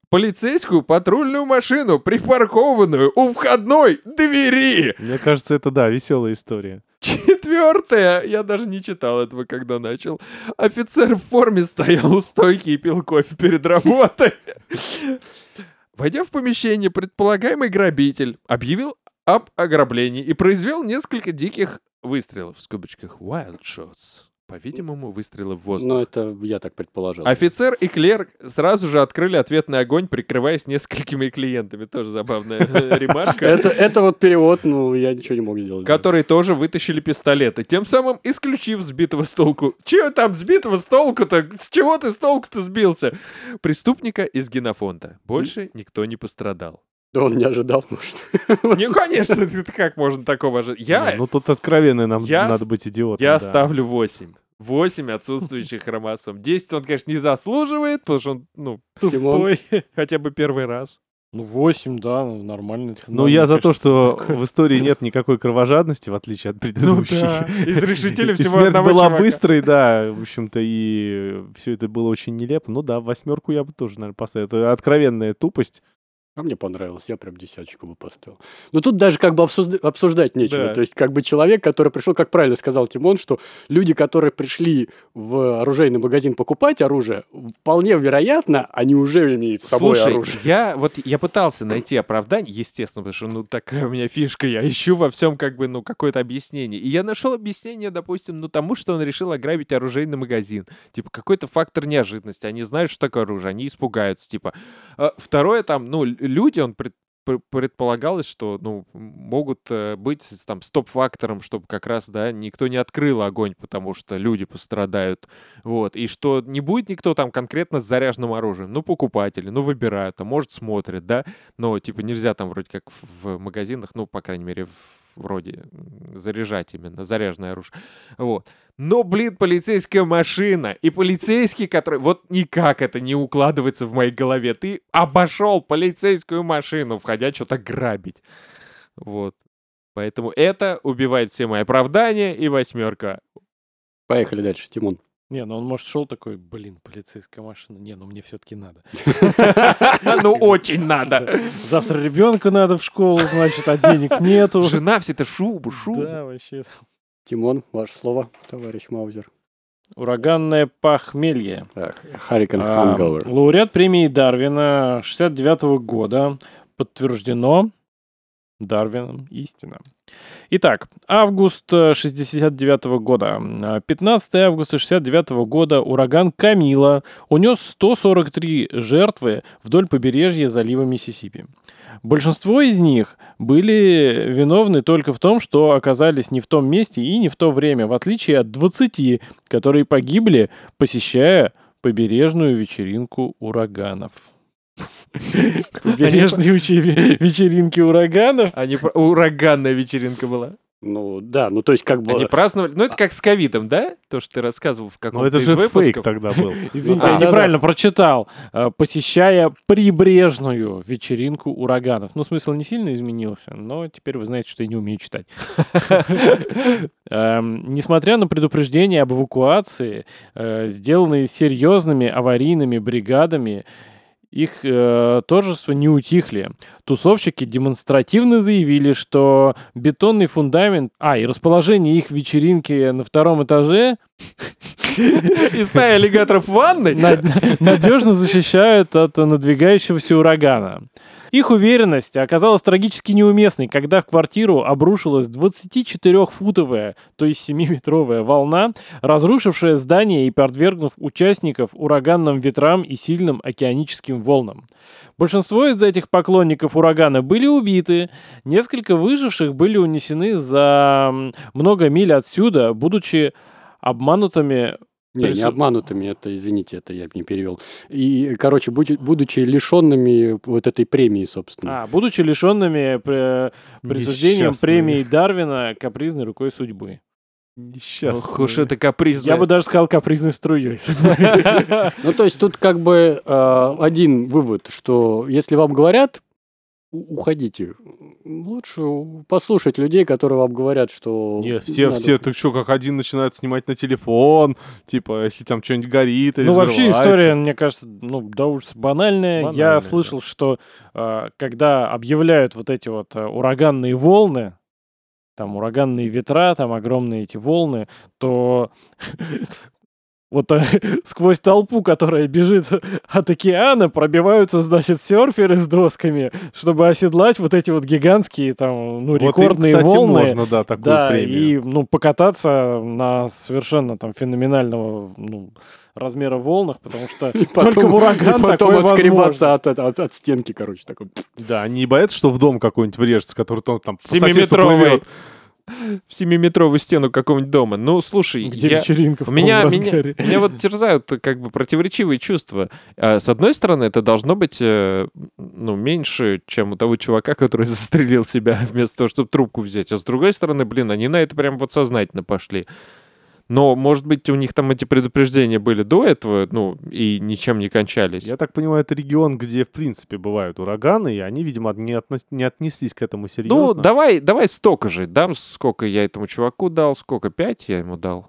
полицейскую патрульную машину, припаркованную у входной двери.
Мне кажется, это, да, веселая история.
Четвертое, я даже не читал этого, когда начал. Офицер в форме стоял у стойки и пил кофе перед работой. Войдя в помещение, предполагаемый грабитель объявил об ограблении и произвел несколько диких выстрелов в скобочках wild shots. По-видимому, выстрелы в воздух.
Ну, это я так предположил.
А
Офицер и клерк сразу же открыли ответный огонь, прикрываясь несколькими клиентами. Тоже забавная э, ремарка.
Это, это вот перевод, ну, я ничего не мог сделать.
Которые тоже вытащили пистолеты, тем самым исключив сбитого с толку. Чего там сбитого с толку-то? С чего ты с толку-то сбился? Преступника из генофонда. Больше никто не пострадал.
Да он не ожидал, может.
Не, конечно, это как можно такого ожидать? Я,
Ну, тут откровенно нам
я
надо
с-
быть идиотом.
я
да.
ставлю 8. 8 отсутствующих хромосом. 10 он, конечно, не заслуживает, потому что он, ну,
Тимон,
хотя бы первый раз.
Ну, 8, да, ну, нормальная цена.
Ну,
мне
я за то,
кажется,
что
такое.
в истории нет никакой кровожадности, в отличие от
Ну
предыдущей.
да, изрешетили
И
всего
смерть
одного
была
чувака.
быстрой, да, в общем-то, и все это было очень нелепо. Ну да, восьмерку я бы тоже, наверное, поставил. Это откровенная тупость.
а мне понравилось, я прям десяточку бы поставил. Но тут даже как бы обсужд- обсуждать нечего.
Да.
То есть как бы человек, который пришел, как правильно сказал Тимон, что люди, которые пришли в оружейный магазин покупать оружие, вполне вероятно, они уже имеют с собой
Слушай,
оружие.
я вот я пытался найти оправдание, естественно, потому что ну такая у меня фишка, я ищу во всем как бы ну какое-то объяснение. И я нашел объяснение, допустим, ну тому, что он решил ограбить оружейный магазин. Типа какой-то фактор неожиданности. Они знают, что такое оружие, они испугаются. Типа А, второе там, ну л- люди, он пред- пр- предполагалось, что, ну, могут э, быть с- там стоп-фактором, чтобы как раз, да, никто не открыл огонь, потому что люди пострадают Вот. И что не будет никто там конкретно с заряженным оружием. Ну, покупатели, ну, выбирают, а может, смотрят, да. Но, типа, нельзя там вроде как в- в магазинах, ну, по крайней мере, в- вроде м, заряжать именно заряженное оружие. Вот. Но, блин, полицейская машина и полицейский, который... Вот никак это не укладывается в моей голове. Ты обошел полицейскую машину, входя что-то грабить. Вот. Поэтому это убивает все мои оправдания и восьмерка.
Поехали дальше, Тимон.
Не, ну он, может, шел такой, блин, полицейская машина. Не, ну мне все-таки надо.
Ну, очень надо.
Завтра ребенка надо в школу, значит, а денег нету.
Жена все это шубу, шубу.
Да, вообще.
Тимон, ваше слово, товарищ Маузер.
Ураганное похмелье.
Так, Hurricane
А,
Hangover.
Лауреат премии Дарвина 69 года подтверждено Дарвином истина. Итак, август 69 года. Э, 15 августа 69 года ураган Камила унес 143 жертвы вдоль побережья залива Миссисипи. Большинство из них были виновны только в том, что оказались не в том месте и не в то время, в отличие от 20, которые погибли, посещая побережную вечеринку ураганов. Побережные уче- вечеринки ураганов.
Они про- А ураганная вечеринка была.
Ну, да, ну то есть как бы...
Они праздновали. Ну, это как с ковидом, да? То, что ты рассказывал в
Ну,
каком-то
это
из
же фейк
выпусков.
тогда был.
Извините,
А,
я
да,
неправильно прочитал. Э, Посещая прибрежную вечеринку ураганов. Ну, смысл не сильно изменился, но теперь вы знаете, что я не умею читать. Эм, Несмотря на предупреждения об эвакуации, э, сделанные серьезными аварийными бригадами, их э, торжества не утихли. Тусовщики демонстративно заявили, что бетонный фундамент, а, и расположение их вечеринки на втором этаже
И стая аллигаторов в ванной.
надежно защищают от надвигающегося урагана. Их уверенность оказалась трагически неуместной, когда в квартиру обрушилась 24-футовая, то есть 7-метровая волна, разрушившая здание и подвергнув участников ураганным ветрам и сильным океаническим волнам. Большинство из этих поклонников урагана были убиты, несколько выживших были унесены за м, много миль отсюда, будучи обманутыми
Не, не
Причем-
обманутыми, это, извините, это я не перевел. И, короче, будь- будучи лишенными вот этой премии, собственно.
А, будучи э, лишенными пре- присуждением
Несчастные.
премии Дарвина капризной рукой судьбы.
Несчастный.
Ох уж это капризно.
Я бы даже сказал капризной струей.
Ну, то есть тут как бы э, один вывод, что если вам говорят, у- уходите. Лучше послушать людей, которые вам говорят, что...
Не, все,
Ну, надо.
все, ты что, как один начинает снимать на телефон, типа, если там что-нибудь горит или
Ну, вообще
взрывается.
история, мне кажется, ну, да уж банальная.
Банальная,
Я
да.
слышал, что э, когда объявляют вот эти вот э, ураганные волны, там ураганные ветра, там огромные эти волны, то вот э, сквозь толпу, которая бежит от океана, пробиваются, значит, серферы с досками, чтобы оседлать вот эти вот гигантские там, ну,
Вот им,
рекордные
кстати,
волны.
можно, да, такую
Да,
премию.
и ну, покататься на совершенно там феноменального ну, размера волнах, потому что
И потом-
только в ураган
и потом
такое возможно.
отскребаться от, от- от- от стенки, короче, такой.
Да, они не боятся, что в дом какой-нибудь врежется, который там, там по соседству
Семиметровый.
плывет.
В семиметровую стену какого-нибудь дома. Ну, слушай,
Где
я...
вечеринка в
У меня,
полном
меня,
разгаре.
меня вот терзают э, как бы противоречивые чувства. А, С одной стороны, это должно быть э, ну, меньше, чем у того чувака, который застрелил себя вместо того, чтобы трубку взять. А с другой стороны, блин, они на это прям вот сознательно пошли. Но, может быть, у них там эти предупреждения были до этого, ну, и ничем не кончались.
Я так понимаю, это регион, где, в принципе, бывают ураганы, и они, видимо, не, отно- не отнеслись к этому серьезно.
Ну, давай, давай столько же. Дам, сколько я этому чуваку дал, сколько? Пять я ему дал.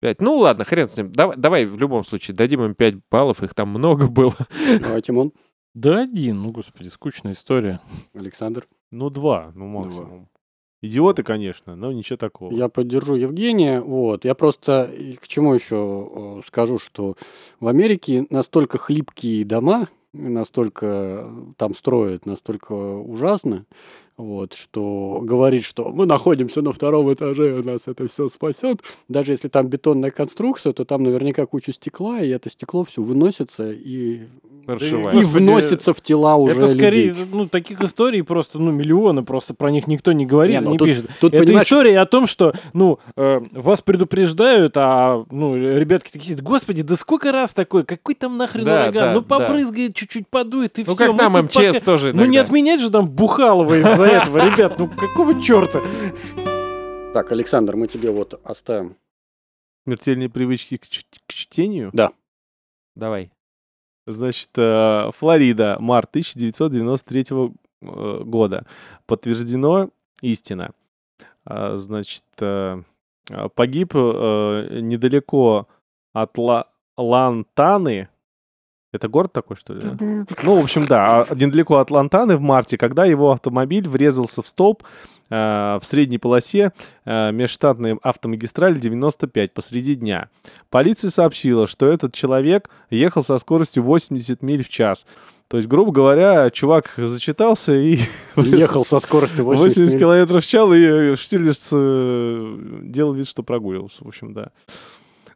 Пять. Ну ладно, хрен с ним. Давай, давай в любом случае дадим им пять баллов, их там много было.
Давай, Тимон,
Да один, ну господи, скучная история.
Александр.
Ну, два, ну, максимум. Идиоты, конечно, но ничего такого.
Я поддержу Евгения. Вот. Я просто и к чему еще э, скажу, что в Америке настолько хлипкие дома, настолько э, там строят, настолько ужасно, вот, что говорит, что мы находимся на втором этаже, у нас это все спасет. Даже если там бетонная конструкция, то там наверняка куча стекла, и это стекло все выносится и,
Паршивая.
и
Господи,
вносится в тела уже
Это скорее,
людей.
ну, таких историй просто, ну, миллионы, просто про них никто не говорит,
Не, ну
не
тут-
пишет.
тут,
это
понимаешь,
история о том, что, ну, э, вас предупреждают, а, ну, ребятки такие, сидят, господи, да сколько раз такое, какой там нахрен
Да,
ураган,
да,
ну,
да.
попрызгает, чуть-чуть подует, и
Ну,
все.
как нам МЧС тоже
Ну, не
иногда.
отменять же там Бухалова из-за этого, ребят, ну, какого черта?
Так, Александр, мы тебе вот оставим.
Смертельные привычки к, чт- к чтению.
Давай.
Значит, э, Флорида, март 1993 э, года. Подтверждено истина. А, Значит, э, а, погиб э, недалеко от Ла- Лантаны. Это город такой, что ли? да? Ну, в общем, да, а, недалеко от Лантаны в марте, когда его автомобиль врезался в столб э, в средней полосе э, межштатной автомагистрали 95 посреди дня. Полиция сообщила, что этот человек ехал со скоростью 80 миль в час. То есть, грубо говоря, чувак зачитался и
Ехал со скоростью 80,
80
миль.
километров в час, и Штирлиц э, делал вид, что прогуливался, в общем, да.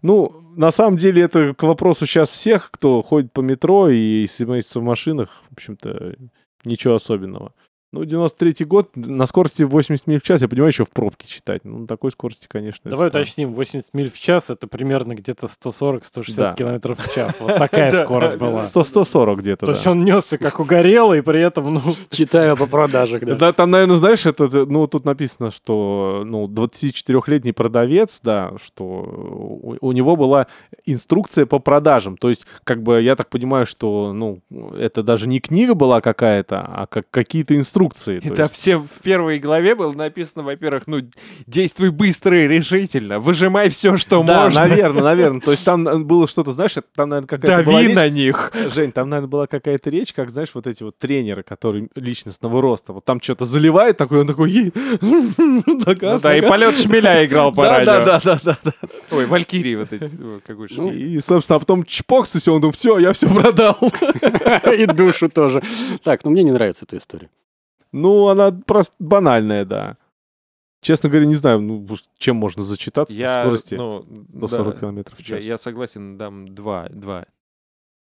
Ну, на самом деле, это к вопросу сейчас всех, кто ходит по метро и семейство в машинах, в общем-то, ничего особенного. Ну, 93-й год, на скорости 80 миль в час, я понимаю, еще в пробке читать. Ну, на такой скорости, конечно. это
Давай
странно.
уточним, 80 миль в час это примерно где-то 140-160
Да.
километров в час. Вот такая скорость была.
100 140 где-то,
То
да.
есть он несся как угорелый, при этом, ну,
Читаю по продажах, да.
Да, там, наверное, знаешь, это, это, ну, тут написано, что, ну, 24-летний продавец, да, что у, у него была инструкция по продажам. То есть, как бы, я так понимаю, что, ну, это даже не книга была какая-то, а как, какие-то инструкции. то
И там
есть.
все в первой главе было написано, во-первых, ну, действуй быстро и решительно, выжимай все, что
да,
можно,
наверное, наверное. То есть там э, было что-то, знаешь, это там, наверное, какая-то была
дави
речь-
на них.
Жень, там, наверное, была какая-то речь, как, знаешь, вот эти вот тренеры, которые личностного роста, вот там что-то заливает такой, он такой, «Ей,
Ну
догаз,
да, и
догаз».
полет шмеля играл по
Да,
радио.
да, да, да, да,
Ой, Валькирии вот эти, ой, какой шмель.
И, собственно, а потом чпокс, и все, он думал, все, я все продал.
И душу тоже. Так, ну мне не нравится эта история.
Ну, она просто банальная, да. Честно говоря, не знаю, ну, уж чем можно зачитаться
Я,
в скорости
ну, да,
140 километров в
я,
час.
я согласен, дам два, два.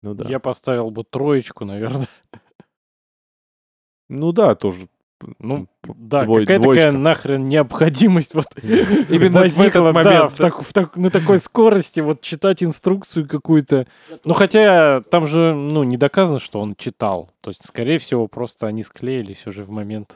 Ну, да.
я поставил бы троечку, наверное.
ну да, тоже.
Ну, Да,
Двой-
какая
двоечка.
такая нахрен необходимость вот
Именно в
возникла,
этот
да,
момент.
в так- в так- на такой скорости вот читать инструкцию какую-то. Ну, хотя там же, ну, не доказано, что он читал. То есть, скорее всего, просто они склеились уже в момент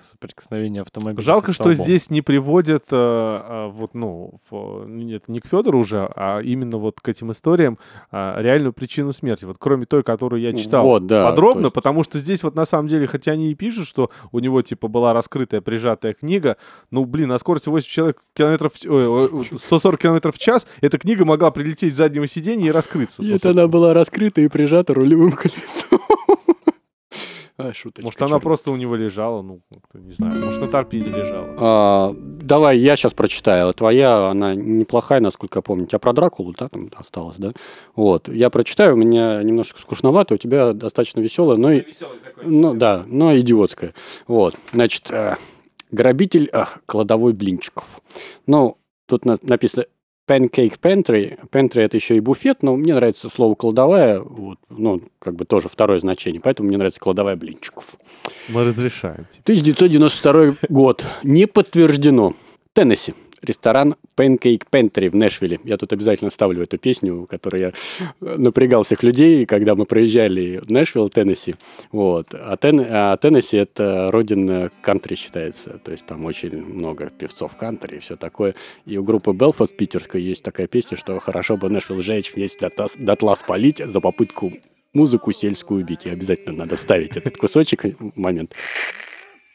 соприкосновения автомобиля. со
Жалко, что
столбом.
здесь не приводят, э, а, вот, ну, в- нет, не к Федору уже, а именно вот к этим историям а, реальную причину смерти. Вот кроме той, которую я читал.
Вот, да.
подробно,
А, то есть
потому что здесь вот на самом деле, хотя они и пишут, что у него типа была раскрытая прижатая книга, ну блин, на скорости 80 человек километров, в ч- ой, ой, 140 километров в час эта книга могла прилететь с заднего сиденья и раскрыться.
и
Ну,
это она была раскрыта и прижата рулевым колесом. А, шуточка.
Может, она
чёрт.
просто у него лежала, ну, как-то, не знаю, может, на торпеде лежала.
А, давай, я сейчас прочитаю. Твоя, она неплохая, насколько я помню. У тебя про Дракулу, да, там осталось, да? Вот. Я прочитаю, у меня немножко скучновато, у тебя достаточно веселая, но и... Ну, да, но идиотская. Вот. Значит, э, грабитель ах, кладовой блинчиков. Ну, тут на- написано Pancake Pantry. Pantry это еще и буфет, но мне нравится слово кладовая, вот, ну, как бы тоже второе значение, поэтому мне нравится кладовая блинчиков.
Мы разрешаем.
1992 год. Не подтверждено. Теннесси. Ресторан Pancake Pantry в Нэшвилле. Я тут обязательно ставлю эту песню, которую я э, напрягал всех людей, когда мы проезжали в Нэшвилл, Теннесси. Вот. А, Тен- а Теннесси — это родина кантри считается. То есть там очень много певцов кантри и все такое. И у группы Белфаст питерской есть такая песня, что «Хорошо бы Нэшвилл жечь, вместе дотла, дотла спалить за попытку музыку сельскую убить». И обязательно надо вставить этот кусочек, э, момент.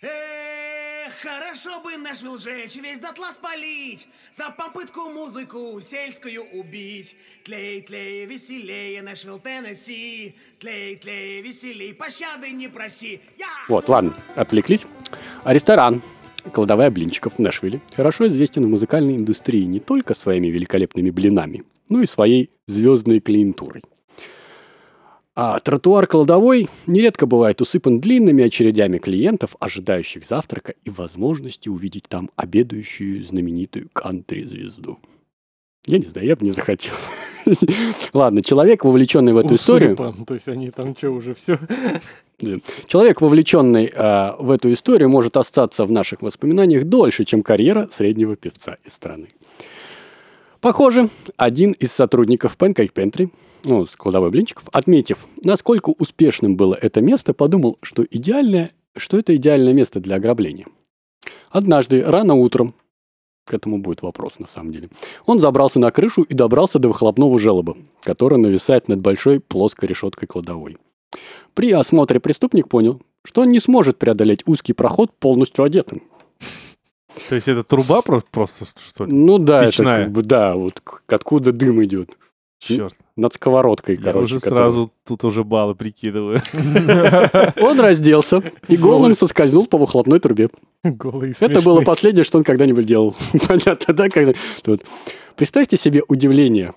Эх, хорошо бы Нэшвилл жечь, весь дотла спалить, за попытку музыку сельскую убить. Тлей, тлей, веселее, Нэшвилл, Теннесси, тлей, тлей, веселей, пощады не проси. Я!
Вот, ладно, отвлеклись. А ресторан «Кладовая блинчиков» в Нэшвилле хорошо известен в музыкальной индустрии не только своими великолепными блинами, но и своей звездной клиентурой. А тротуар кладовой нередко бывает усыпан длинными очередями клиентов, ожидающих завтрака и возможности увидеть там обедающую знаменитую кантри-звезду. Я не знаю, я бы не захотел. Ладно, человек, вовлеченный в эту историю...
Усыпан. ну, То есть они там что, уже все?
Человек, вовлеченный э, в эту историю, может остаться в наших воспоминаниях дольше, чем карьера среднего певца из страны. Похоже, один из сотрудников Pancake Pantry, ну, с кладовой блинчиков, отметив, насколько успешным было это место, подумал, что, идеальное, что это идеальное место для ограбления. Однажды, рано утром, к этому будет вопрос на самом деле, он забрался на крышу и добрался до выхлопного желоба, который нависает над большой плоской решеткой кладовой. При осмотре преступник понял, что он не сможет преодолеть узкий проход полностью одетым.
То есть это труба про- просто, что ли?
Ну да,
Печная.
это как бы, да, вот к- откуда дым идет.
Черт,
Над сковородкой,
я
короче.
уже
которая-
сразу тут уже баллы прикидываю.
Он разделся и голым соскользнул по выхлопной трубе.
Голые
Это было последнее, что он когда-нибудь делал. Понятно, да? Когда... тут. Представьте себе удивление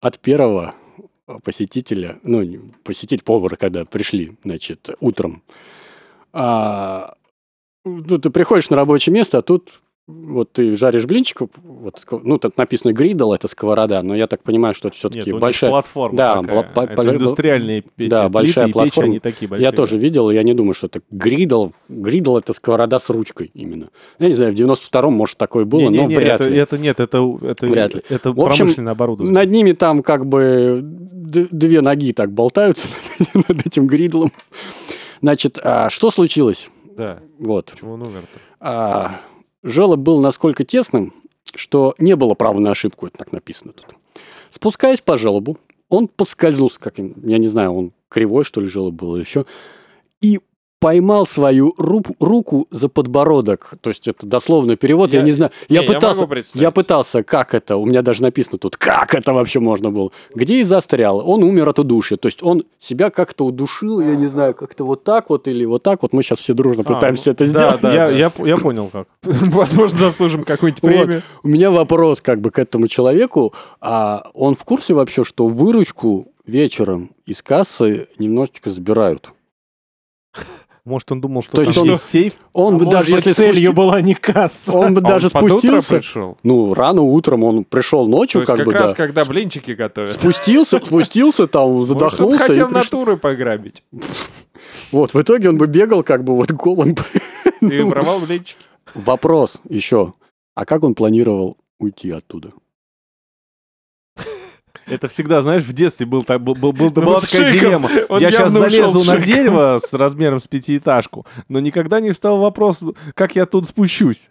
от первого э, посетителя, ну, не- посетитель повара, когда пришли, значит, утром. А, ну, ты приходишь на рабочее место, а тут вот ты жаришь блинчиков, вот, ск- ну, тут написано гридл, это сковорода, но я так понимаю, что это
Нет,
все-таки
у них
большая...
платформа
Да,
такая.
бла- по-
Это
по-
индустриальные печи.
да,
плиты
большая
и печи,
платформа.
они такие большие.
Я тоже видел, я не думаю, что это гридл. Гридл – это сковорода с ручкой именно. Я не знаю, в 92-м, может, такое было,
Не-не-не,
но вряд
это,
ли.
это нет, это, это,
Вряд ли.
это
В общем,
промышленное оборудование.
Над ними там как бы д- две ноги так болтаются над этим гридлом. Значит, а что случилось?
Да.
Вот.
Почему он умер-то?
А, желоб был насколько тесным, что не было права на ошибку, это так написано тут. Спускаясь по желобу, он поскользнулся, как им- я не знаю, он кривой, что ли, желоб был или еще, и поймал свою руб- руку за подбородок. То есть это дословный перевод, я,
Я-
не знаю.
Не,
Я
я
пытался,
могу представить.
я пытался, как это, у меня даже написано тут, как это вообще можно было. Где и застрял. Он умер от удушья. То есть он себя как-то удушил, я
А.
не знаю, как-то вот так вот или вот так вот. Мы сейчас все дружно
ну,
пытаемся это сделать.
я, я п- я понял как.
Возможно, заслужим какую-нибудь
Вот.
премию.
У меня вопрос как бы к этому человеку. А он в курсе вообще, что выручку вечером из кассы немножечко забирают?
Может, он думал, что
То
там
есть
есть
он-
сейф?
Он
А
бы
может
даже
быть,
если
целью
спусти-
была не касса.
он бы
А он
даже
под утро
спустился.
пришел?
Ну, рано утром он пришел
То
ночью,
есть
как,
как,
бы,
раз,
да.
когда блинчики готовят.
Спустился, спустился, там
Может, он
задохнулся. и
хотел
пришел.
натуры пограбить.
Вот, в итоге он бы бегал, как бы вот голым.
Ты воровал блинчики.
Вопрос еще. А как он планировал уйти оттуда?
Это всегда, знаешь, в детстве был, так, был, был- был- была
вот с
такая
шиком.
дилемма.
Он
я сейчас
явно ушел
залезу
с
на
шиком.
дерево с размером с пятиэтажку, но никогда не встал вопрос, как я тут спущусь.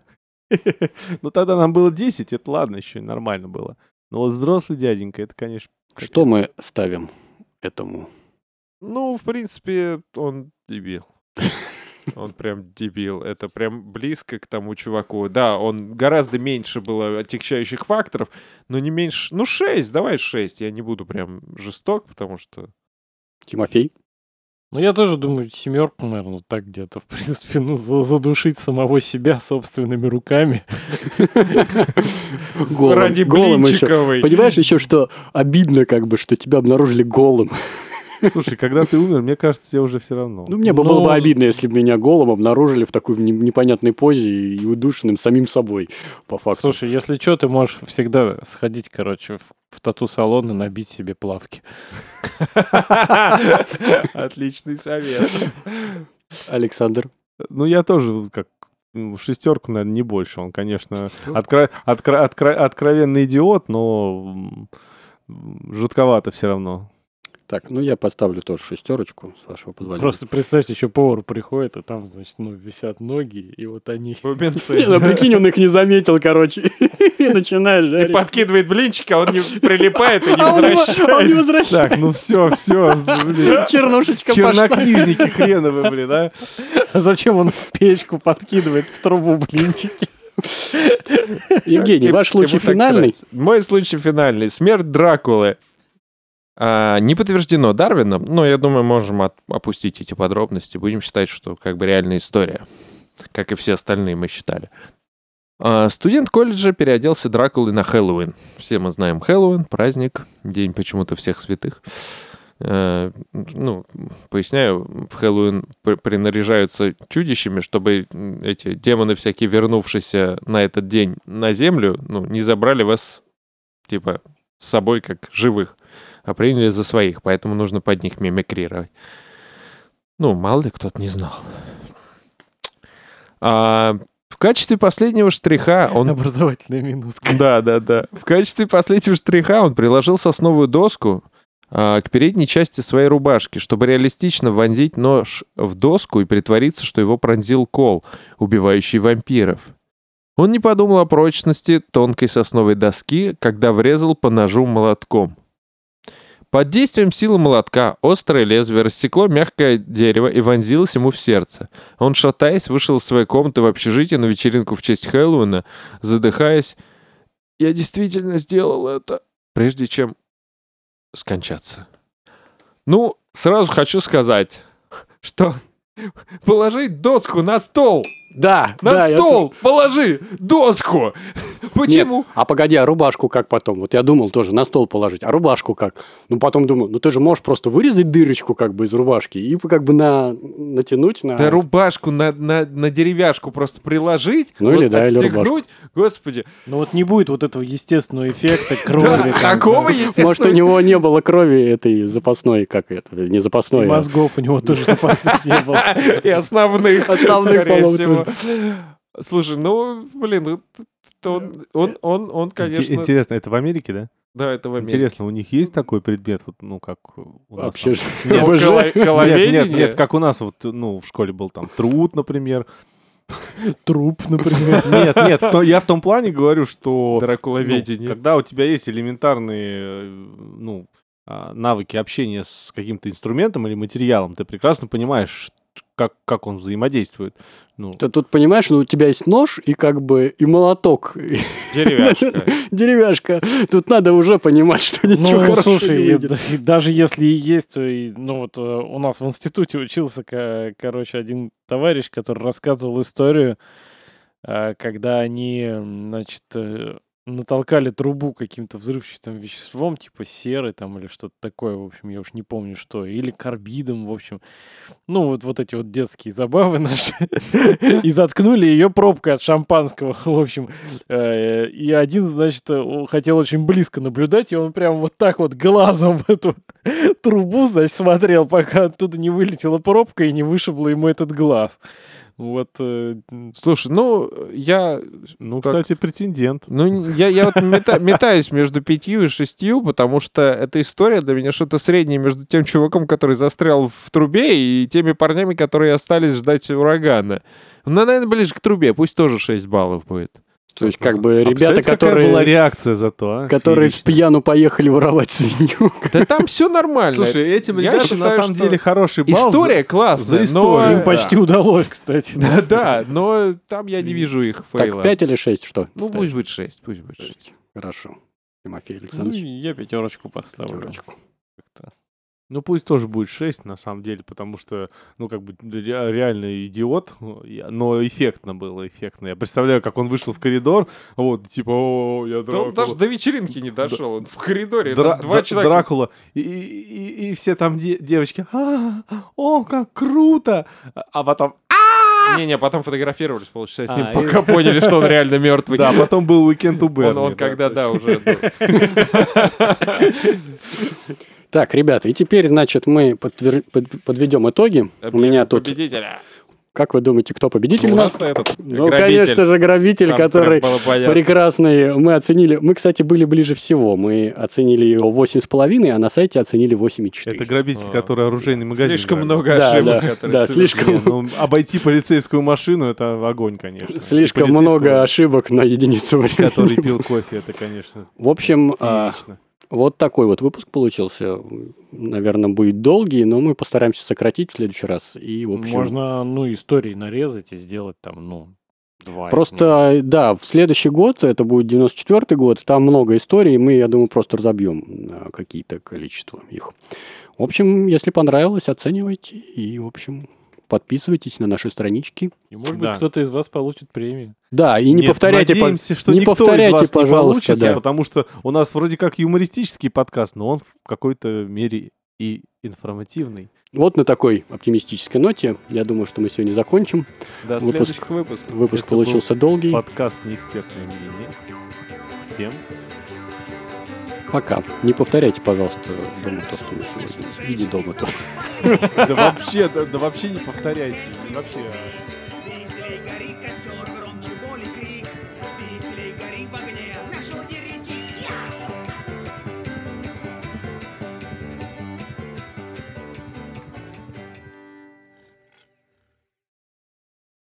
Ну тогда нам было 10, это ладно, еще нормально было. Но вот взрослый дяденька, это, конечно, капец.
Что мы ставим этому?
Ну, в принципе, он дебил. Он прям дебил. Это прям близко к тому чуваку. Да, он гораздо меньше было отягчающих факторов, но не меньше... Ну, 6, давай 6. Я не буду прям жесток, потому что...
Тимофей?
Ну, я тоже думаю, семерку, наверное, вот так где-то, в принципе, ну, за- задушить самого себя собственными руками.
Голым-
Ради
голым еще.
блинчиковой.
Понимаешь еще, что обидно, как бы, что тебя обнаружили голым.
Слушай, когда ты умер, мне кажется, тебе уже все равно.
Ну, мне бы
Ну,
было бы обидно, если бы меня голым обнаружили в такой не- непонятной позе и удушенным самим собой, по факту.
Слушай, если что, ты можешь всегда сходить, короче, в, в тату-салон и набить себе плавки.
Отличный совет.
Александр,
Ну, я тоже вот как ну, шестерку, наверное, не больше. Он, конечно, откро- откро- откро- откровенный идиот, но м, м, жутковато все равно.
так, ну я поставлю тоже шестерочку с вашего позволения.
Просто представьте, еще повар приходит, а там, значит, ну, висят ноги, и вот они...
Не, ну, прикинь, он их не заметил, короче. И начинаешь жарить.
Подкидывает блинчик, а он не прилипает и не
А он его- он не
возвращается.
возвращается.
Так, ну все, все,
Чернушечка пошла.
чернокнижники хреновы, блин, а.
А зачем он в печку подкидывает в трубу блинчики?
Евгений, ваш
Кому
случай
э, так
финальный?
нравится. Мой случай финальный. Смерть Дракулы. А, не подтверждено Дарвином, но я думаю, можем от- опустить эти подробности. Будем считать, что как бы реальная история, как и все остальные мы считали. А, студент колледжа переоделся Дракулой на Хэллоуин. Все мы знаем Хэллоуин, праздник, день почему-то всех святых. Э, ну, поясняю, в Хэллоуин пр- принаряжаются чудищами, чтобы м, эти демоны всякие, вернувшиеся на этот день на землю, ну, не забрали вас, типа, с собой как живых, а приняли за своих, поэтому нужно под них мимикрировать. Ну, мало ли кто-то не знал. А, в качестве последнего штриха он
Образовательная минутка.
да, да, да. В качестве последнего штриха он приложил сосновую доску а, к передней части своей рубашки, чтобы реалистично вонзить нож в доску и притвориться, что его пронзил кол, убивающий вампиров. Он не подумал о прочности тонкой сосновой доски, когда врезал по ножу молотком. Под действием силы молотка острое лезвие рассекло мягкое дерево и вонзилось ему в сердце. Он, шатаясь, вышел из своей комнаты в общежитие на вечеринку в честь Хэллоуина, задыхаясь я действительно сделал это, прежде чем скончаться. Ну, сразу хочу сказать, что положи доску на стол.
Да,
На
да, я
стол! Положи доску! Почему?
Нет, а погоди, а рубашку как потом? Вот я думал тоже на стол положить, а рубашку как? Ну, потом думаю, ну ты же можешь просто вырезать дырочку как бы из рубашки и как бы на... натянуть на...
Да рубашку на, на, на деревяшку просто приложить,
Ну или да, или
отстегнуть. Господи,
Ну вот не будет вот этого естественного эффекта
Ну
крови. там,
такого,
да,
естественно,
Может, у него не было крови этой запасной, как это, не
и
запасной, а
мозгов у него тоже запасных не было.
и основных,
Основных,
скорее
по-моему,
всего. Слушай, ну, блин, ну, т- т- он, он, он, он,
Инте-
конечно,
Интересно, это в Америке, да?
да, это в Америке.
Интересно, у них есть такой предмет, вот, ну, как у нас
вообще
там?
же.
Ну, коло-
Нет, нет,
коловедение.
нет, как у нас, вот, ну, в школе был там труд, например.
Труп, например.
Нет, нет, в то- я в том плане говорю, что... Ну,
Дракуловедение.
когда у тебя есть элементарные э, ну, а, навыки общения с каким-то инструментом или материалом, ты прекрасно понимаешь, ш- как, как он взаимодействует. Ну,
Ты тут понимаешь, ну у тебя есть нож и как бы и молоток, и
Деревяшка.
деревяшка. Тут надо уже понимать, что ничего
Ну,
хорошего
слушай,
не
и-
выйдет.
и даже если и есть, то и- ну вот э, у нас в институте учился, ко- короче, один товарищ, который рассказывал историю, э, когда они, м, значит, э, натолкали трубу каким-то взрывчатым веществом, типа серы там или что-то такое, в общем, я уж не помню что, или карбидом, в общем. Ну, вот, вот эти вот детские забавы наши. И заткнули ее пробкой от шампанского, в общем. Э, И один, значит, э, о- хотел очень близко наблюдать, и он прям вот так вот глазом в эту трубу, значит, смотрел, пока оттуда не вылетела пробка и не вышибла ему этот глаз. Вот. э, м,
Слушай, ну, я
ну
как-
кстати, претендент.
Ну, н- я, я вот мета- метаюсь между пятью и шестью, потому что эта история для меня что-то среднее между тем чуваком, который застрял в трубе, и теми парнями, которые остались ждать урагана. Ну, наверное, ближе к трубе, пусть тоже 6 баллов будет.
То есть как бы ребята,
Представляете, А какая была
которые...
реакция зато, а?
Которые в
Феерично.
пьяну поехали воровать свинью.
Да там все нормально.
Слушай, этим
Я
ребятам на
считаю,
самом
что
деле хороший балл.
история классная,
за историю.
но...
Им почти удалось, кстати.
Да, да, но там я не вижу их фейла.
Так, пять или шесть, что?
Ну,
Ставить?
пусть будет 6, пусть будет 6.
Шесть. Хорошо. Тимофей
Ну,
Александрович.
я пятерочку поставлю.
пятерочку.
Как-то.
Ну пусть тоже будет 6, на самом деле, потому что, ну как бы ре- реально идиот, я- но эффектно было, эффектно. Я представляю, как он вышел в коридор, вот, типа, о, я
Да он
Дракула».
даже до вечеринки не дошел, он в коридоре,
Дра-
там два
Дра-
человека
Дракула. И, и- и- и все там де- девочки. «А, О, как круто! А- А потом...
Не-не, потом фотографировались полчаса с ним,
А, и-
пока поняли, что он реально мертвый.
Да, потом был уикенд у
он,
Берни.
он когда, да, уже... ну,
Так, ребята, и теперь, значит, мы подтвер- под- подведем итоги. У меня тут...
Победителя.
как вы думаете, кто победитель у
У
нас?
нас этот
Ну,
грабитель.
конечно же, грабитель,
Там прям
который
было понятно.
прекрасный. Мы оценили... Мы, кстати, были ближе всего. Мы оценили его 8,5, а на сайте оценили 8,4.
Это грабитель, который оружейный магазин.
А, Слишком
грабил.
много
Да,
ошибок,
да,
которые
да,
совершили.
слишком,
Не, ну, обойти полицейскую машину, это огонь, конечно.
слишком
И
много
полицейского,
ошибок на единицу времени.
Который пил кофе, это, конечно,
В общем, а,
феерично.
вот такой вот выпуск получился. Наверное, будет долгий, но мы постараемся сократить в следующий раз. И, в общем,
Можно, ну, истории нарезать и сделать там, ну, два. из них.
Просто, э, да, в следующий год, это будет 94-й год, там много историй, мы, я думаю, просто разобьем на какие-то количество их. В общем, если понравилось, оценивайте и, в общем, подписывайтесь на наши странички.
И, может
Да.
быть, кто-то из вас получит премию.
Да, и не
Нет,
повторяйте... по-
надеемся, что
не
никто из
повторяйте,
вас не
пожалуйста,
получит,
да.
потому что у нас вроде как юмористический подкаст, но он в какой-то мере и информативный.
Вот на такой оптимистической ноте, я думаю, что мы сегодня закончим.
До
Выпуск.
следующих выпусков.
Выпуск
Это был
получился долгий.
Подкаст неэкспертное мнение. Всем
Пока. Не повторяйте, пожалуйста, дома то, что мы сегодня. Иди дома то.
Да вообще, да, да вообще не повторяйте. Вообще. а.